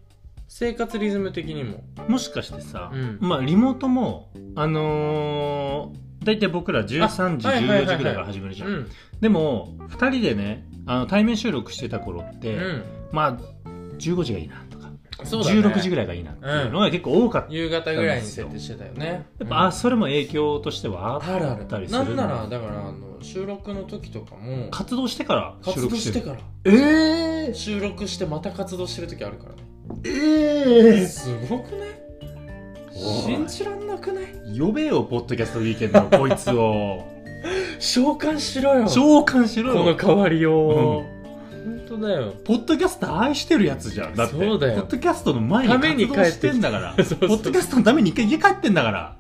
A: 生活リズム的にも
B: もしかしてさ
A: うん
B: まあリモートもあのー大体僕ら13時
A: あはいはいはい
B: 14
A: はい
B: 時ぐらいから始めるじ
A: う
B: ゃん
A: ん
B: でも2人でねあの対面収録してた頃っ
A: う
B: て
A: ん
B: まあ15時がいいなとか
A: そうだね
B: 16時ぐらいがいいなっていうのが結構多かった
A: 夕方ぐらいに設定してたよね
B: やっぱ、
A: うん
B: あそれも影響としてはあ
A: あるあ
B: ったり
A: る
B: する
A: なん
B: ん
A: な
B: だ
A: らだからあの収録の時とかも
B: 活動してから収
A: 活動
B: 録
A: し
B: してて
A: から
B: るええ
A: 収録してまた活動してる時あるからね
B: え
A: すごくない
B: おい
A: 信じらんなくない
B: 呼べよポッドキャストウィーケンドのこいつを
A: 召喚しろよ
B: 召喚しろ
A: この
B: よ
A: 代わりを、
B: う
A: 当だ よ
B: ポッドキャスト愛してるやつじゃんだって
A: そうだよ
B: ポッドキャストの前
A: ために
B: に
A: 帰
B: 活
A: ってき
B: 動してんだから
A: そうそう
B: ポッドキャストのために一回家帰ってんだから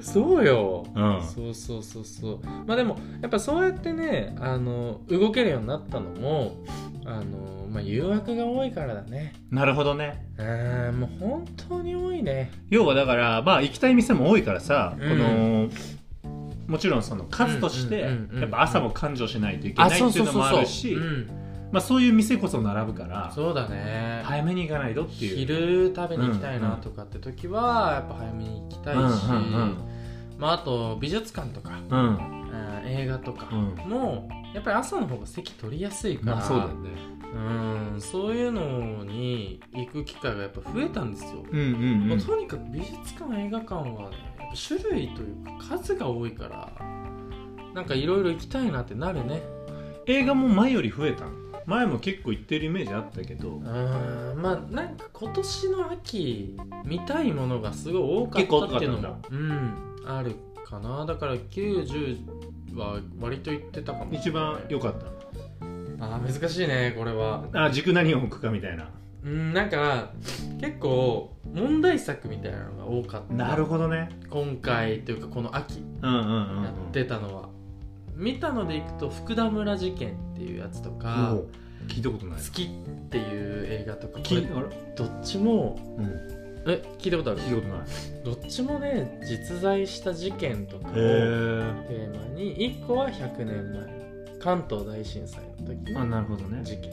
A: そうよ
B: うん
A: そうそうそうそうまあでもやっぱそうやってねあの動けるようになったのもあの、まあ、誘惑が多いからだね
B: なるほどね
A: あーもう本当に多いね
B: 要はだからまあ行きたい店も多いからさ、
A: うん
B: このもちろんその数として
A: うんうんうんうん
B: やっぱ朝も勘定しないといけないっていうのもあるし
A: うん
B: まあそういう店こそ並ぶから
A: そうだね、
B: 早めに行かないとっていう
A: 昼食べに行きたいなとかって時はやっぱ早めに行きたいし、
B: うんうん
A: まあ、あと美術館とか、
B: うんうん
A: あー映画とか
B: うん
A: も、やっぱり朝の方が席取りやすいから、
B: まあそうだよね
A: うんそういうのに行く機会がやっぱ増えたんですよ、
B: うんうん
A: も
B: う
A: うんとにかく美術館映画館は、ね、やっぱ種類というか数が多いからなんかいろいろ行きたいなってなるね
B: 映画も前より増えたの前も結構行ってるイメージあったけど
A: うんまあなんか今年の秋見たいものがすごい多
B: 結
A: か
B: 構
A: っ
B: 多
A: た
B: か
A: っ
B: ってた
A: い
B: ん
A: う
B: だ
A: のもうんあるかなだから90は割と行ってたかも
B: 一番良かっ
A: あー難しいねこれは
B: たあ軸何を置くかみたいな
A: うんなんか結構問題作みたいなのが多かった
B: なるほどね
A: 今回というかこの秋
B: うんうんうんうん
A: やってたのは、見たのでいくと福田村事件っていうやつとか
B: おう聞いたことない
A: 好きっていう映画とかこ
B: き
A: れ
B: あれ
A: どっちも
B: うん
A: え聞いたことある
B: 聞いたことない
A: どっちもね実在した事件とかをテ
B: へ
A: ーマに1個は100年前関東大震災の時
B: えあ
A: の
B: なるほどね
A: 事件、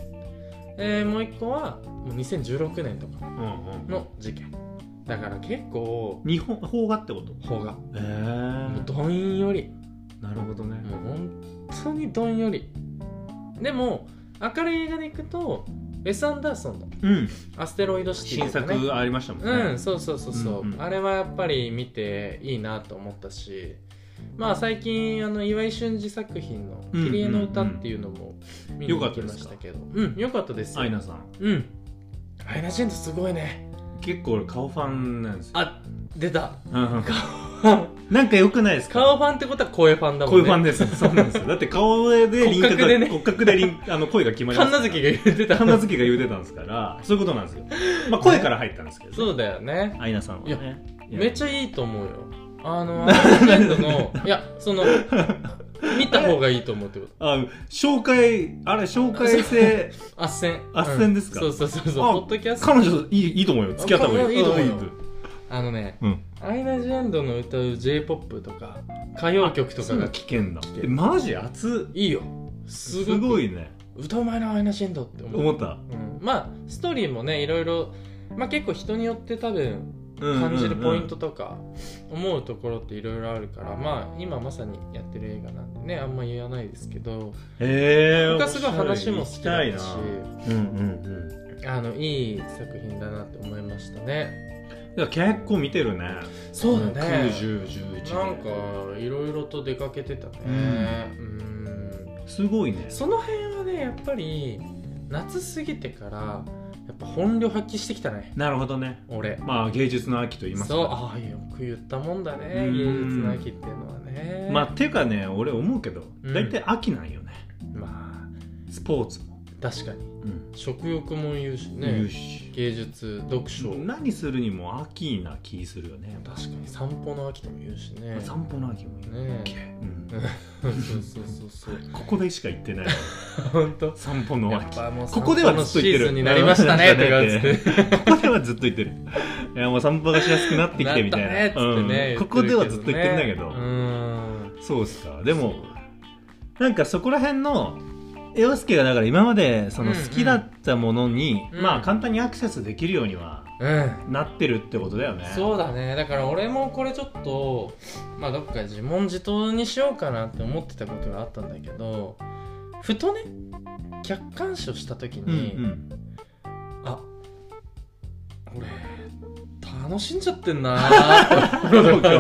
A: えーもう1個はもう2016年とか
B: うんうん
A: の事件だから結構
B: 日本邦画ってこと
A: 方が
B: へえ
A: もうどんより
B: なるほどね
A: もう本当にどんよりでも明るい映画でいくとウェス・アンダーソンの
B: うん
A: 「アステロイドシティ
B: 新」
A: とかね
B: 作ありましたもんね
A: うん、そうそうそうそう、
B: うんうん
A: あれはやっぱり見ていいなと思ったしまあ最近あの岩井俊二作品の「
B: うんうんうん
A: 切り絵の歌」っていうのも見に行きましたけどうんよかったですよ
B: アイナさん
A: うんアイナ・ジェントすごいね
B: 結構俺顔ファンなんですよ
A: あ出た
B: うんうんなんか良くないですか
A: 顔ファンってことは声ファンだもんね
B: こういうファンです。そうなんです よ。だって顔で輪
A: 骨格でね
B: 骨格で輪あの声が決まります
A: 神
B: から。
A: 奈月が言ってた
B: 神奈月が言うてたんですから、そういうことなんですよ。まあ声から入ったんですけど、。
A: そううだよね
B: アイナさんはね。
A: めっ
B: ち
A: ちゃいいと思うよあ のアイナ・ジェントのいやその見た方がいいと思うってこと
B: ゃ。あ、紹介、あれ、紹介制、
A: あっせん
B: 斡旋ですか
A: うんそうそうそう
B: あ
A: そうポッドキャスト
B: 彼女いい、いいと思うよ。付き合った方がいい。
A: いいと思うよ
B: ん
A: あのね
B: うん。
A: アイナ・ジ・エンドの歌う J−POP とか歌謡曲と
B: そ
A: か
B: ういう
A: が
B: の危険だ
A: 危。険
B: えマジ熱っ
A: いいよ
B: す
A: すご
B: ご
A: い
B: いね。
A: 歌う前のアイナ・ジ・エンドって思う、
B: 思った。
A: うんまあストーリーもねいろいろ、まあ、結構人によって多分感じるポイントとか思うところっていろいろあるからまあ今まさにやってる映画なんでねあんま言わないですけど
B: ええ
A: 僕はすごい話も好きだったし
B: うんうん
A: あのいい作品だなって思いましたね
B: うんいや結構見てるね
A: そうだね
B: 9011で
A: なんかいろいろと出かけてたねうん
B: すごいね
A: その辺はねやっぱり夏過ぎてからやっぱ本領発揮してきたね
B: なるほどね
A: 俺
B: まあ芸術の秋と言いますか
A: そうああよく言ったもんだね
B: うん
A: 芸術の秋っていうのはね
B: まあていうかね俺思うけど
A: うん
B: 大体秋なんよね、
A: まあ
B: スポーツも、
A: 確かに
B: うん
A: 食欲も言うしね
B: 言うし
A: 芸術読書
B: 何するにも秋な気するよね、
A: 確かに散歩の秋とも言うしね
B: 散歩の秋もいい
A: ね
B: うん
A: ねそうそうそうそう
B: ここでしか行ってない
A: 本 当
B: 散歩の
A: やっ
B: 秋
A: ぱもう
B: ここではずっと言ってる
A: 散歩のシーズンになりました ね
B: うん
A: とかつって
B: ここではずっと行ってるいやもう散歩がしやすくなってきてみたいな
A: なったねっつってね、
B: うんここではずっと行ってるんだけど、
A: うん
B: そうっすかでもなんかそこら辺の洋介がだから今までその
A: うんうん
B: 好きだったものに、
A: うん
B: まあ簡単にアクセスできるようには
A: うん
B: なってるってことだよね
A: そうだねだから俺もこれちょっとまあどっか自問自答にしようかなって思ってたことがあったんだけどふとね客観視をした時
B: うん
A: に、あ俺楽しんじゃってんなーって思うのが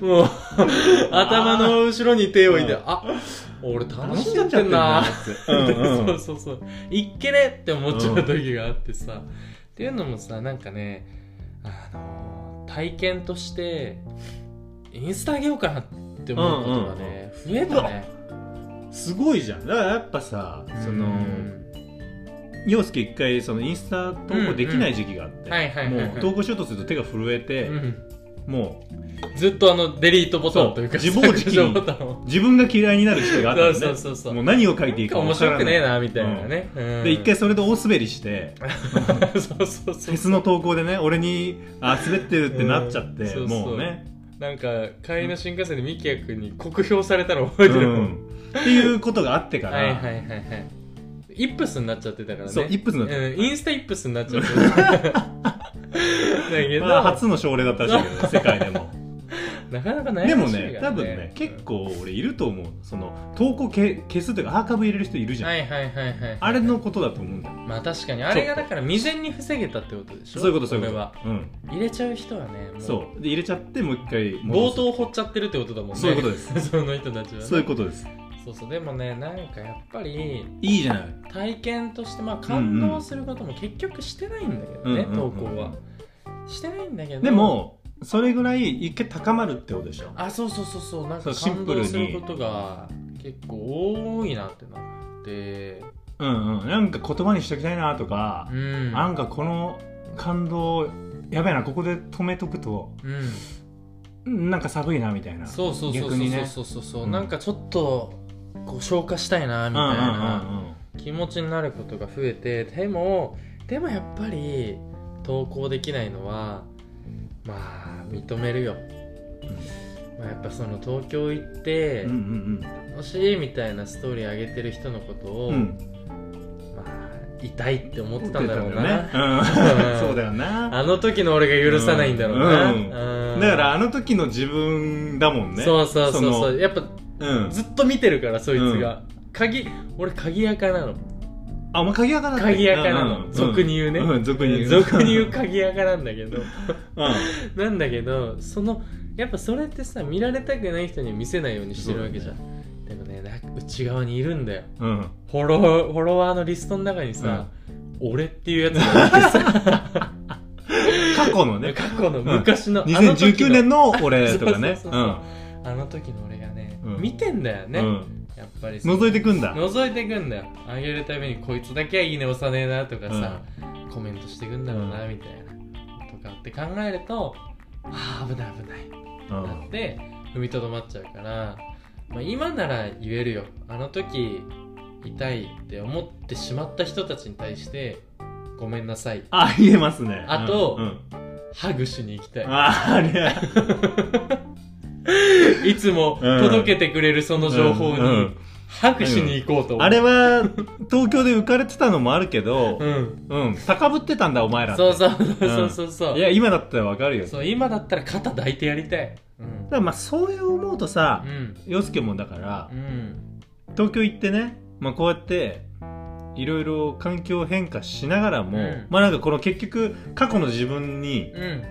A: もう頭の後ろに手を置いて
B: うん
A: あ俺
B: うん
A: 楽しんじゃってんなー
B: うんう ん
A: そうそうそういっけねって思っちゃう時があってさ、っていうのもさなんかねあのー体験としてインスタあげようかなって思うことがね、増えたね
B: すごいじゃんだからやっぱさその
A: うん
B: 陽介一回そのインスタ投稿できない時期があっ
A: うんうんはいはい
B: て
A: はいはい
B: もう投稿しようとすると手が震えて、
A: うん
B: も
A: ずっとあのデリートボタンというか
B: そう自暴自棄
A: 削
B: に
A: 除ボタンを
B: う自分が嫌いになる時期があった
A: そうそ
B: のね
A: うそうそう
B: もう何を書い
A: な
B: てい
A: いん
B: か
A: か
B: 分
A: 面
B: から
A: 白くねえなみたいな
B: うん
A: ね、うん
B: で一回それで大滑りして、
A: そうそう
B: フ
A: そう
B: ェスの投稿でね俺にあ滑ってるってなっちゃって、
A: うんそうそう
B: もうね
A: なんか帰りの新幹線でミキヤ君に酷評されたの覚えてるもん、
B: うんっていうことがあってから、
A: はいはいはいはいイップスになっちゃってたからね
B: そうイップスになってた
A: うん、インスタイップスになっちゃってた だけど、
B: まあ、初の奨励だったらしいけ どね世界でも
A: なかなか悩ましいから、ね、
B: でもね多分ね結構俺いると思うその投稿け消すというかアーカイブ入れる人いるじゃん、
A: はいはいはいはい
B: あれのことだと思うんだよ
A: まあ確かにあれがだから未然に防げたってことでしょ
B: そういうことそういうこ
A: れ
B: と
A: は
B: うん、
A: 入れちゃう人はねもう
B: そうで入れちゃってもう一回戻
A: 冒
B: す
A: 頭掘っちゃってるってことだもんね
B: そういうことです
A: と その人たちはね、
B: そういうことです
A: そうそうでもねなんかやっぱり
B: いいじゃない
A: 体験としてまあ感動することも結局してないんだけどね、
B: うんうん
A: 投稿は、してないんだけど
B: でもそれぐらい一回高まるってことでしょ
A: あそうそうそうそうなん
B: そ
A: か
B: うシン
A: 感
B: プル
A: 動
B: に
A: することが結構多いなってなって
B: うんうんなんか言葉にしときたいなとか
A: う、ん
B: なんかこの感動やべえなここで止めとくと
A: うん
B: うんなんか寒いなみたいな
A: そうそうそう
B: 逆にね
A: そうそうそうそう、
B: うん
A: なんかちょっとこう消化したいなみ
B: うん
A: た
B: うん
A: いうなん
B: うん
A: 気持ちになることが増えてでもでもやっぱり投稿できないのはまあ認めるよ、まあ、やっぱその東京行って
B: うんうん
A: 楽しいみたいなストーリー上げてる人のことを、
B: うんうん
A: まあ痛いって思ってたんだろうな、
B: 思ってたんだよ ねうんそうだよな
A: あの時の俺が許さないんだろうな、
B: うん
A: うん
B: だからあの時の自分だもんね
A: そうそうそう
B: の
A: そうやっぱ
B: うん
A: ずっと見てるからそいつが、鍵俺鍵やかなの
B: あお前鍵垢だった
A: 鍵やかな
B: うんう
A: の
B: ん
A: 俗に言うね、
B: うん俗に言 う
A: 俗に言う鍵やかなんだけど
B: うん
A: なんだけどそのやっぱそれってさ見られたくない人には見せないようにしてるわけじゃん、でもねな内側にいるんだよ
B: うん
A: フォローフォロワーのリストの中にさ、俺っていうやつがいてさ
B: 過去 のね
A: 過去の昔の、あの時の
B: 2019年の俺とかね
A: そうそうそうそうあの時の俺がね、
B: うん
A: 見てんだよね、
B: うん
A: やっぱりさ
B: 覗いてくんだ
A: 覗いてくんだよあげるためにこいつだけはいいね押さねえなとかさ、コメントしてくんだろうなみたいな、とかって考えるとあー危ない危ないって
B: うん
A: なって踏みとどまっちゃうから、まあ、今なら言えるよあの時痛いって思ってしまった人たちに対してごめんなさい
B: あ言えますね
A: あと
B: うんうん
A: ハグしに行きたい
B: ああれ
A: いつも
B: うん
A: 届けてくれるその情報
B: うんう
A: に
B: ん
A: ハグしに行こうと思う、
B: あれは東京で浮かれてたのもあるけど
A: うん
B: うん高ぶってたんだお前らって
A: そうそうそうそうそう、
B: いや今だったらわかるよだか
A: そう今だったら肩抱いてやりたいうん
B: らまあそういう思うとさ
A: うん
B: 洋介もだから
A: うん
B: 東京行ってねまあこうやっていろいろ環境変化しながらも、
A: うん
B: まあなんかこの結局過去の自分に
A: うん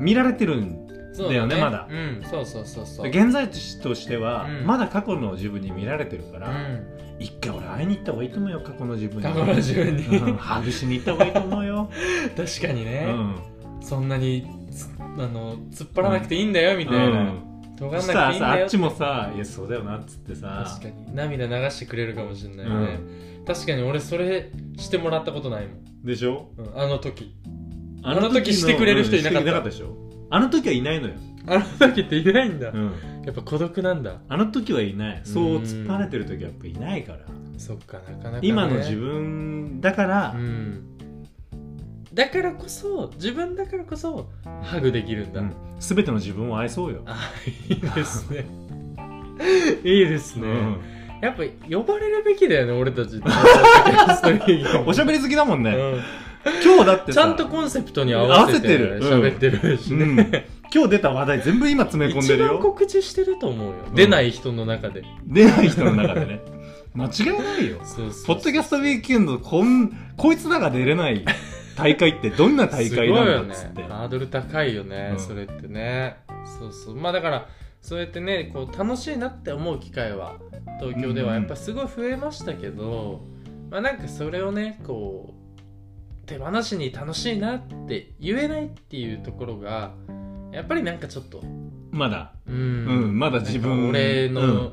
B: 見られてるん
A: そう
B: だよねまだ
A: うんそうそうそうそう
B: 現在地としては、
A: うん
B: まだ過去の自分に見られてるか
A: う
B: ら、
A: ん
B: 一回俺会いに行った方がいいと思うよ過去の自分に
A: 過去の自分に
B: うん、ハグしに行った方がいいと思うよ、
A: 確かに
B: う
A: ね、
B: ん、
A: そんなにつあの突っ張らなくていいんだよみたいな、
B: うん
A: 尖
B: そ
A: らなくていい
B: したら
A: ん
B: さ
A: だ
B: あ
A: よ
B: っちもさ「いやそうだよな」っつってさ
A: 確かに涙流してくれるかもしれないよね、確かに俺それしてもらったことないもん、
B: でしょ
A: うん、あの時
B: あ
A: の時してくれる人いなかった
B: うんしてくれでしょあの時はいないのよ、
A: あの時っていないんだ、
B: うん、
A: やっぱ孤独なんだ
B: あの時はいないそう突っ張れてる時はやっぱいないから
A: そっかなかなか、ね、
B: 今の自分だから、
A: うんだからこそ自分だからこそハグできるんだ、
B: うん全ての自分を愛そうよ、
A: あいいです ねいいですね、
B: うん
A: やっぱ呼ばれるべきだよね俺 たちって
B: おしゃべり好きだもんね、
A: う
B: 今日だっ
A: ん
B: て
A: ちゃ
B: さ
A: んとコンセプトに合わせて
B: 合わせてるうん
A: 喋ってるし
B: うん
A: ね、
B: 今日出た話題全部今詰め込んで
A: 一
B: る
A: 番
B: よ
A: 告知してると思うよ、
B: ん
A: 出ない人の中で
B: 出ない人の中でね間違いないよ
A: そうそう
B: ポッドキャストウィークエンドこんこいつらが出れない大会ってどんな大会なんだっつ
A: す
B: っ
A: ごい
B: て、
A: よねハードル高いよね、
B: うん
A: それってねそうそうまあだからそうやってねこう楽しいなって思う機会は東京では
B: うん
A: や
B: うん
A: っぱすごい増えましたけど、まあなんかそれをねこう手放しに楽しいなって言えないっていうところがやっぱりなんかちょっと
B: まだ
A: うん
B: うんまだ自分
A: なんか俺の、
B: うん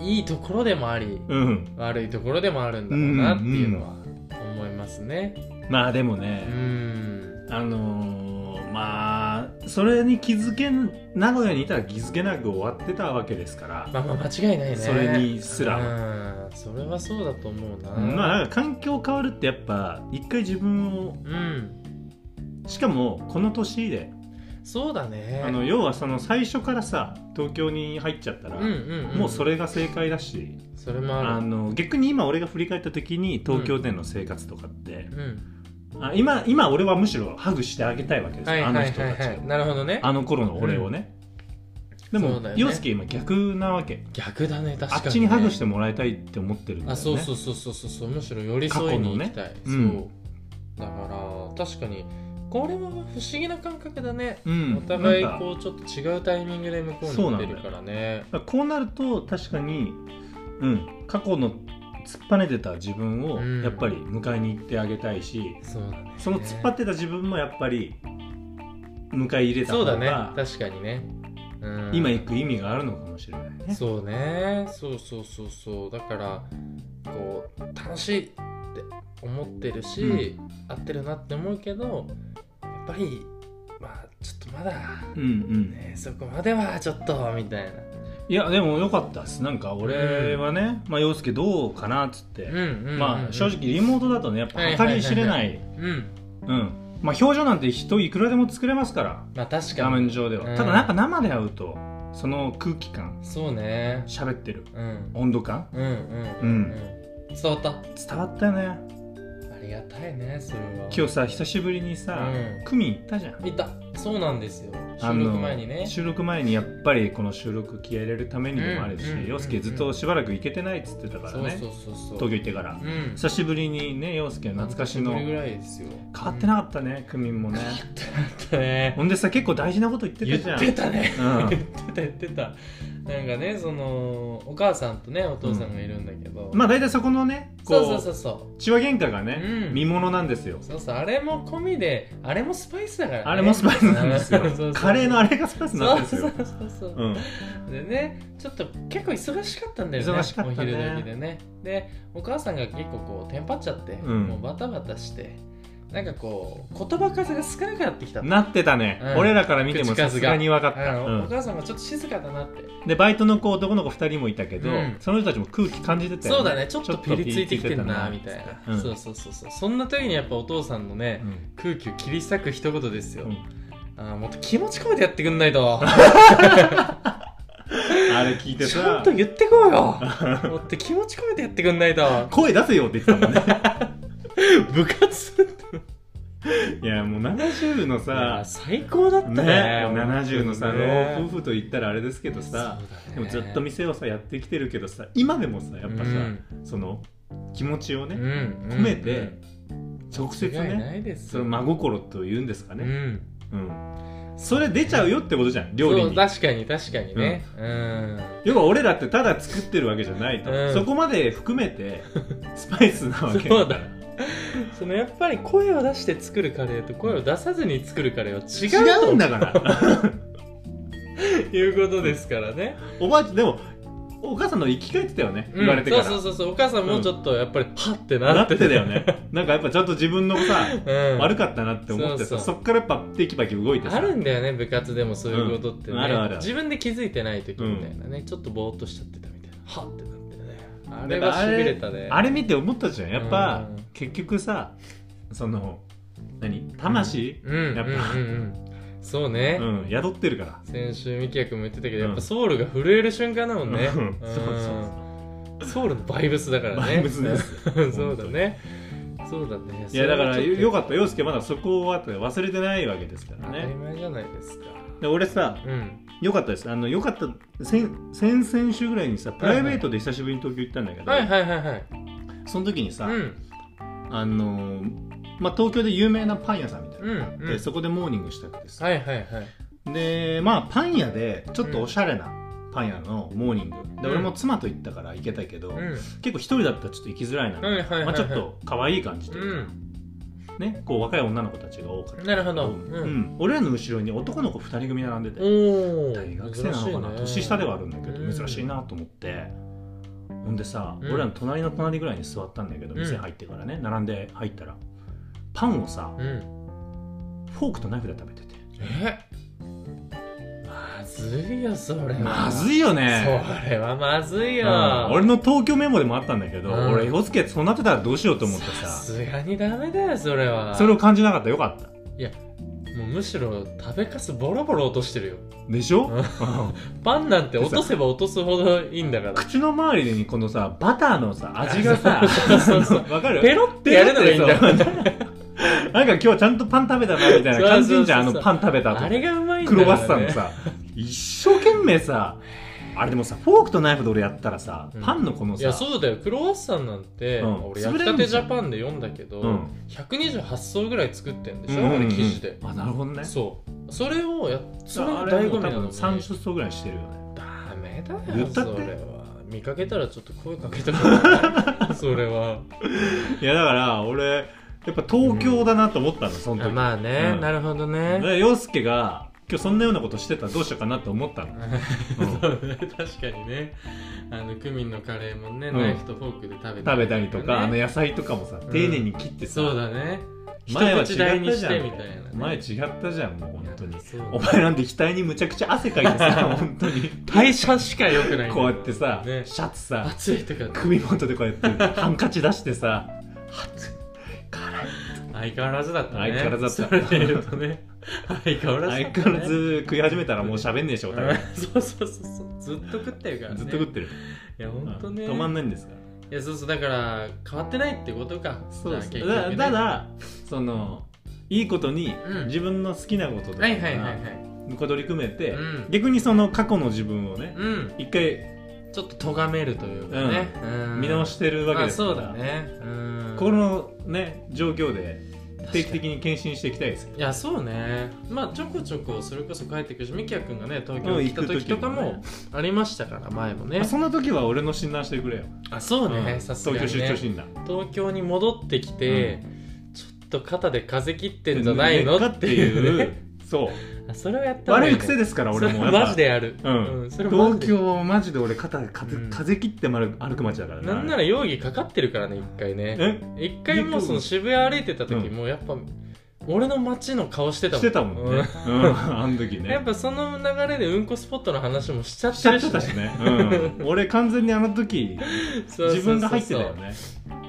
A: いいところでもあり
B: うん
A: 悪いところでもあるんだろうなっていうのは
B: う
A: 思いますね
B: まあでも
A: う
B: ね、
A: ん
B: あのーまあそれに気づけん名古屋にいたら気づけなく終わってたわけですから、
A: まあまあ間違いないね
B: それにすら
A: うんそれはそうだと思うな
B: うんまあなんか環境変わるってやっぱ一回自分を
A: うん
B: しかもこの年で
A: そうだね
B: あの要はその最初からさ東京に入っちゃったら、
A: うんうんうん
B: もうそれが正解だし、
A: それもあ
B: あ
A: る
B: の逆に今俺が振り返った時に東京での生活とかって、
A: うん
B: あ今今俺はむしろハグしてあげたいわけですよ、
A: はいはいは
B: あの
A: い
B: 人たち
A: は
B: を
A: いなるほどね
B: あの頃の俺をね、
A: うん
B: で
A: そ
B: も、
A: うだよね
B: 陽介今逆なわけ、
A: 逆だね確か
B: あ
A: にね
B: っちにハグしてもらいたいって思ってるんだよね
A: あそうそうそうそうそうそうむしろ寄り添いに行きたい、
B: 去のね
A: そうだから確かにこれは不思議な感覚だね、
B: うん
A: お互い
B: なんか
A: こうちょっと違うタイミングで向こうに
B: そう
A: 行
B: な
A: っ
B: んだ
A: て
B: よ
A: るからね
B: だからこうなると確かに、うん、過去の突っぱねてた自分を
A: うん
B: やっぱり迎えに行ってあげたいし、
A: そうだね
B: その突っ張ってた自分もやっぱり迎え入れた
A: そ
B: 方
A: うだね
B: が
A: 確かにね、うん、
B: 今行く意味があるのかもしれないね。
A: そうねそうそうそうそうだからこう楽しいって思ってるし、
B: う
A: 合ってるなって思うけどやっぱりまあちょっとまだ、
B: うんうん、
A: ね、そこまではちょっとみたいない
B: やでもよかったですなんか俺はね、まあ、陽介どうかなっつって、
A: うんうんうんうん
B: まあ、正直リモートだとねやっぱ計り知れない,、
A: うん
B: うんまあ、表情なんて人いくらでも作れますから
A: まあ確
B: 画
A: か
B: 面
A: に
B: 上では、
A: うん
B: ただなんか生で会うとその空気感
A: そうね
B: 喋ってる
A: うん
B: 温度感
A: うんうんうん伝わった
B: 伝わったよね
A: ありがたいねそれは
B: 今日さ久しぶりにさ、
A: うん
B: クミン行ったじゃん
A: 見たそうなんですよ
B: あ
A: 収
B: の
A: 録前にね
B: 収録前にやっぱりこの収録気合い入れるためにもあるし
A: うんうんうん
B: 洋介ずっとしばらく行けてないっつってたから
A: そう
B: ね
A: そうそうそう
B: 東京行ってから
A: うん
B: 久しぶりにね洋介懐かしの
A: それぐ
B: 変
A: らいですよ
B: わってなかったねクミンもね
A: たね
B: ほんでさ結構大事なこと言って
A: 言
B: た
A: っ
B: じゃ
A: て
B: ん
A: たね
B: うん
A: 言ってた言ってたなんかねそのお母さんとねお父さんがいるんだけど
B: まあ大体そこのねこう
A: そうそうそうそう
B: 血は喧嘩がね、
A: うん
B: 見ものなんですよ
A: そうそうあれも込みであれもスパイスだから、ね、
B: あれもスパイスなんですよ
A: うん そうそう
B: カレーのあれがスパイスになってるんです
A: そう
B: よ
A: そうそうそう、
B: うん
A: でねちょっと結構忙しかったんだよね
B: 忙しかったね
A: お昼時でねでお母さんが結構こうテンパっちゃって、
B: うん
A: もうバタバタしてなんかこう言葉数が少なくなってきた
B: なってたね、
A: うん
B: 俺らから見ても
A: 口数
B: さ
A: が
B: すがに分かっ
A: あ
B: た、
A: の、
B: うん
A: お母さんがちょっと静かだなって
B: でバイトの子男の子2人もいたけど、
A: うん
B: その人たちも空気感じてたよね
A: そうだねちょっとピリついてきてんな
B: ちょっとピリ
A: み
B: つて
A: たいな、
B: うん
A: そうそうそうそうそんな時にやっぱお父さんのね、
B: うん
A: 空気を切り裂く一言ですよ、
B: うん
A: あーもっと気持ち込めてやってくんないと
B: あれ聞いて
A: ちゃ
B: さ
A: んと言ってこう よもっと気持ち込めてやってくんないと
B: 声出せよって言ってたも んね
A: 部活って
B: いやもう70のさ
A: 最高だったね
B: ね70のさ、老夫婦と言ったらあれですけどさ、でもずっと
A: 見
B: 店をさやってきてるけどさ今でもさやっぱさ、
A: うん
B: その気持ちをね、
A: 込
B: 込めて直接ね
A: ないです
B: その真心と言うんですかね、
A: ね
B: うんそれ出ちゃうよってことじゃん料理
A: そう
B: に
A: 確かに確かにねうん
B: 要は俺らってただ作ってるわけじゃないと、
A: うん
B: そこまで含めてスパイスなわけ
A: そうだそのやっぱり声を出して作るカレーと声を出さずに作るカレーは
B: 違
A: 違うと
B: うんだから
A: いうことですからね
B: おばあちゃんでもお母さんの生き返ってたよね、言われてか
A: う
B: ら
A: んそうそうそうそうお母さんもちょっとやっぱりハッてなっ
B: なっててたよねなんかやっぱちゃんと自分のさ
A: うん
B: 悪かったなって思って
A: そ
B: さ
A: う
B: そ
A: そう
B: っからやっぱテキパキ動いてさ
A: あるんだよね部活でもそういうことってね、
B: うんあるある
A: 自分で気づいてない時みたいなね、ちょっとぼーっとしちゃってたみたいなはってなってねあれはしびれたね
B: あれ見て思ったじゃんやっぱ
A: うん
B: 結局さその何魂、
A: うん
B: やっぱ
A: うんうんうんそうね、
B: うん宿ってるから
A: 先週ミキヤ君も言ってたけど、
B: うん
A: やっぱソウルが震える瞬間だもんね、
B: うん
A: ん
B: そうそう
A: ソウルのバイブスだからね
B: バイブスです
A: そうだねそうだね
B: いやだからよよ
A: かっ
B: かった陽介まだそこは忘れてないわけですか
A: た
B: ら
A: 当たり
B: ね
A: 前じゃないですか
B: で俺さ
A: うん
B: よかったですあのよかった先先々週ぐらいにさプライベートで久しぶりに東京行ったんだけど、
A: はいはいはいはい
B: その時にさ、
A: うん
B: あのーまあ、東京で有名なパン屋さんみたいな
A: うん
B: のがあって、
A: うん
B: そこでモーニングしたくてさ、
A: はいはいはい
B: でまあパン屋でちょっとおしゃれなパン屋のモーニング
A: う
B: で、
A: ん
B: 俺も妻と行ったから行けたけど、
A: うん
B: 結構一人だったらちょっと行きづらいな、
A: はいはいはいはい
B: まあ、ちょっと可愛い感じと
A: う
B: いうか、
A: ん
B: ねこう若い女の子たちが多かった
A: なるほど、
B: うんうん俺らの後ろに男の子2人組並んでて、
A: おお
B: 大学生なのかな、年下ではあるんだけど珍しいなと思ってほんでさ、
A: うん
B: 俺らの隣の隣ぐらいに座ったんだけど
A: うん
B: 店入ってからね並んで入ったらパンをさ
A: うん
B: フォークとナイフで食べてて
A: えまずいよそれは
B: まず
A: い
B: いよね
A: それはまずいよ、
B: うん俺の東京メモでもあったんだけど、
A: うん
B: 俺洋介そうなってたらどうしようと思って
A: さ
B: さ
A: すがにダメだよそれは
B: それを感じなかったよかった
A: もうむしろ食べかすボロボロ落としてるよ
B: でしょ、
A: うん
B: うん
A: パンなんて落とせば落とすほどいいんだから
B: 口の周りにこのさバターのさ味がさ
A: そうそうそう
B: あのわかる
A: ペロってやるのがいいんだよ
B: ペロってさなんか今日ちゃんとパン食べたなみたいな感じんじゃんあ
A: そうそうそう
B: のパン食べた後
A: あれがうまいんだ
B: ク
A: よ、ね、
B: ロワッサンのさ一生懸命さあれでもさフォークとナイフで俺やったらさ、
A: うん
B: パンのこの
A: い
B: さ
A: やそうだよクロワッサンなんて、
B: うん
A: 俺焼きたてジャパンで読んだけど、
B: うん
A: 128層ぐらい作ってんでしょ、
B: うんうん
A: あれ生地で、
B: あなるほどね
A: そうそれをやそれ
B: あ
A: が
B: れ
A: 醍醐
B: も
A: 味
B: 多
A: なの
B: 分
A: に
B: 30層ぐらいしてるよね
A: ダメだよ
B: 言ったって
A: それは見かけたらちょっと声かけてもら うそれはい
B: やだから俺やっぱ東京だなと思ったの、その
A: あ
B: 時、
A: まあね、
B: うん
A: なるほど
B: だか
A: ね
B: ら洋介が今日そんなようなことしてたらどうしようかなと思ったのう ん
A: そうね確かにねあのクミンのカレーもね、
B: うん
A: ナイフとフォークで食べた
B: 食べ
A: り
B: たりとか、あの
A: ね
B: 野菜とかもさ
A: ん
B: 丁寧に切ってさ、
A: そうだね
B: 前は
A: 一口
B: 違った
A: 大にし
B: じゃ
A: て
B: ん
A: みたいなね
B: 前違ったじゃんもう本当に
A: そう
B: お前なんて額にむちゃくちゃ汗かい てさ本当に
A: 代謝しか良くないんだよ
B: こうやってさ、
A: ね
B: シャツさ
A: 暑いとか
B: 首元でこうやってハンカチ出してさ
A: 相変わらずだったね
B: 相変わらずだっ
A: そ
B: た
A: れで言うとね相変わらずだ
B: 相
A: ったね
B: 変わらず食い始めたらもう喋んねえしお互
A: う
B: い
A: んそうそうそうそうずっと食ってるからね
B: ずっと食ってる、
A: いやほんとね
B: うん止まんないんですから
A: いやそうそうだから変わってないってことか
B: そうです
A: じ
B: ね
A: ゃあ結局ね
B: だただそのいいことに、
A: うん
B: 自分の好きなこととか
A: はいはいはいは
B: が
A: い
B: こう取り組めて、
A: うん
B: 逆にその過去の自分をね、
A: うん
B: 一回
A: ちょっと咎めるというかね、うん
B: 見直してるわけ
A: あ
B: ですか
A: そ
B: ら、
A: うだねうん
B: このね状況で定期的
A: に
B: に検診していきたいですよ
A: いやそうねまあちょこちょこそれこそ帰ってくるしみきやくんがね東京
B: うん
A: に来た時とか
B: 行
A: も
B: く
A: ありましたから前もね
B: あそんな時は俺の診断してくれよ、
A: あそう
B: う
A: ね
B: ん
A: さす
B: 東
A: がに
B: 京
A: ね
B: 出張診断
A: 東京に戻ってきて、ちょっと肩で風切ってんじゃないのっていうね
B: そう
A: あそれをやった方が
B: 悪い
A: ね
B: 癖ですから
A: そ
B: 俺
A: れ
B: もやっぱ
A: マジでやる
B: うん
A: それマ
B: 東
A: ジで
B: 京マジで俺肩で風,、
A: うん
B: 風切って丸歩く街だからね
A: なんなら容疑かかってるからね一回ね
B: え
A: 一回もうその渋谷歩いてた時
B: うん
A: もやっぱ俺の街の顔してたもん
B: してたもんね、うん、 あの時
A: うんやっ
B: ね
A: ぱその流れでうんこスポットの話もしちゃっ
B: してちゃ
A: る
B: っ
A: して
B: たし
A: ね
B: ね、うん、俺完全にあの時
A: そうそうそうそう
B: 自分が入ってたよね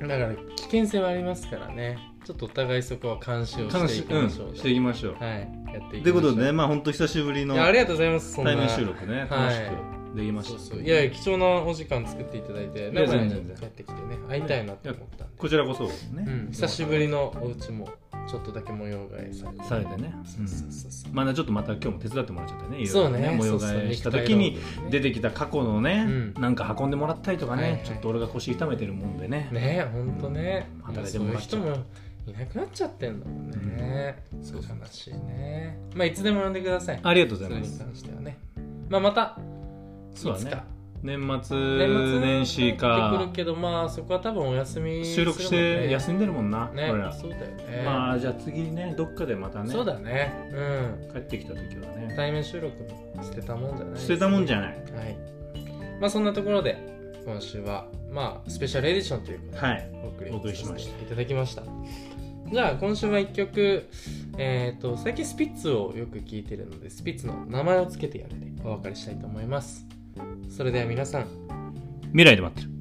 A: だから危険性はありますからねちょっとお互いそこは監視を
B: 楽
A: して
B: し
A: い
B: い
A: き
B: うん
A: ましょう、
B: していきましょう
A: はいやっていきましょう
B: ということでねまあ本当久しぶりの
A: いやありがとうございますそんな
B: 対面収録ね
A: はい
B: 楽しくできました、
A: そうそういやいや貴重なお時間作っていただいて
B: いや
A: 長い
B: 全然
A: に
B: 全然
A: 帰ってきてね会いたいなって思ったんで、
B: こちらこそね、
A: うん、久しぶりのお家もちょっとだけ模様替えされて
B: されてね、
A: そうそうそうそう
B: まだちょっとまた今日も手伝ってもらっちゃってねいろ
A: そ
B: いうろ
A: ね
B: 模様
A: そうそ
B: 替
A: う
B: えした時に出てきた過去のね、
A: うん
B: なんか運んでもらったりとかね、
A: はいはい
B: ちょっと俺が腰痛めてるもんでね
A: ねえほんとね、
B: うん
A: 働
B: 働
A: い
B: い
A: て
B: ても
A: も
B: らっちゃ
A: そうういう人もいなくなっちゃってんだもんね、そう悲しいねまあいつでも呼んでください
B: ありがとうご
A: そ
B: ざ
A: れ
B: いま
A: に
B: す
A: 関してはねまあまた
B: そうだね
A: いつか
B: 年末
A: 年末
B: 年始
A: ってく
B: か
A: るけどまあそこは多分お休みす
B: 収
A: るもんね
B: 録して休んでるもんな、
A: ね
B: 俺ら
A: そうだよね、
B: まあじゃあ次ねどっかでまたね
A: そうだねうん
B: 帰ってきた時はね
A: 対面収録も捨てたもんじゃない
B: 捨てたもんじ
A: ゃ
B: ゃない
A: はいまあそんなところで今週はまあスペシャルエディションということで、
B: はい
A: お送り
B: お送りしました
A: いただきましたじゃあ今週は一曲えっ、と最近スピッツをよく聞いてるのでスピッツの名前をつけてやるでお別れしたいと思いますそれでは皆さん
B: 未来で待ってる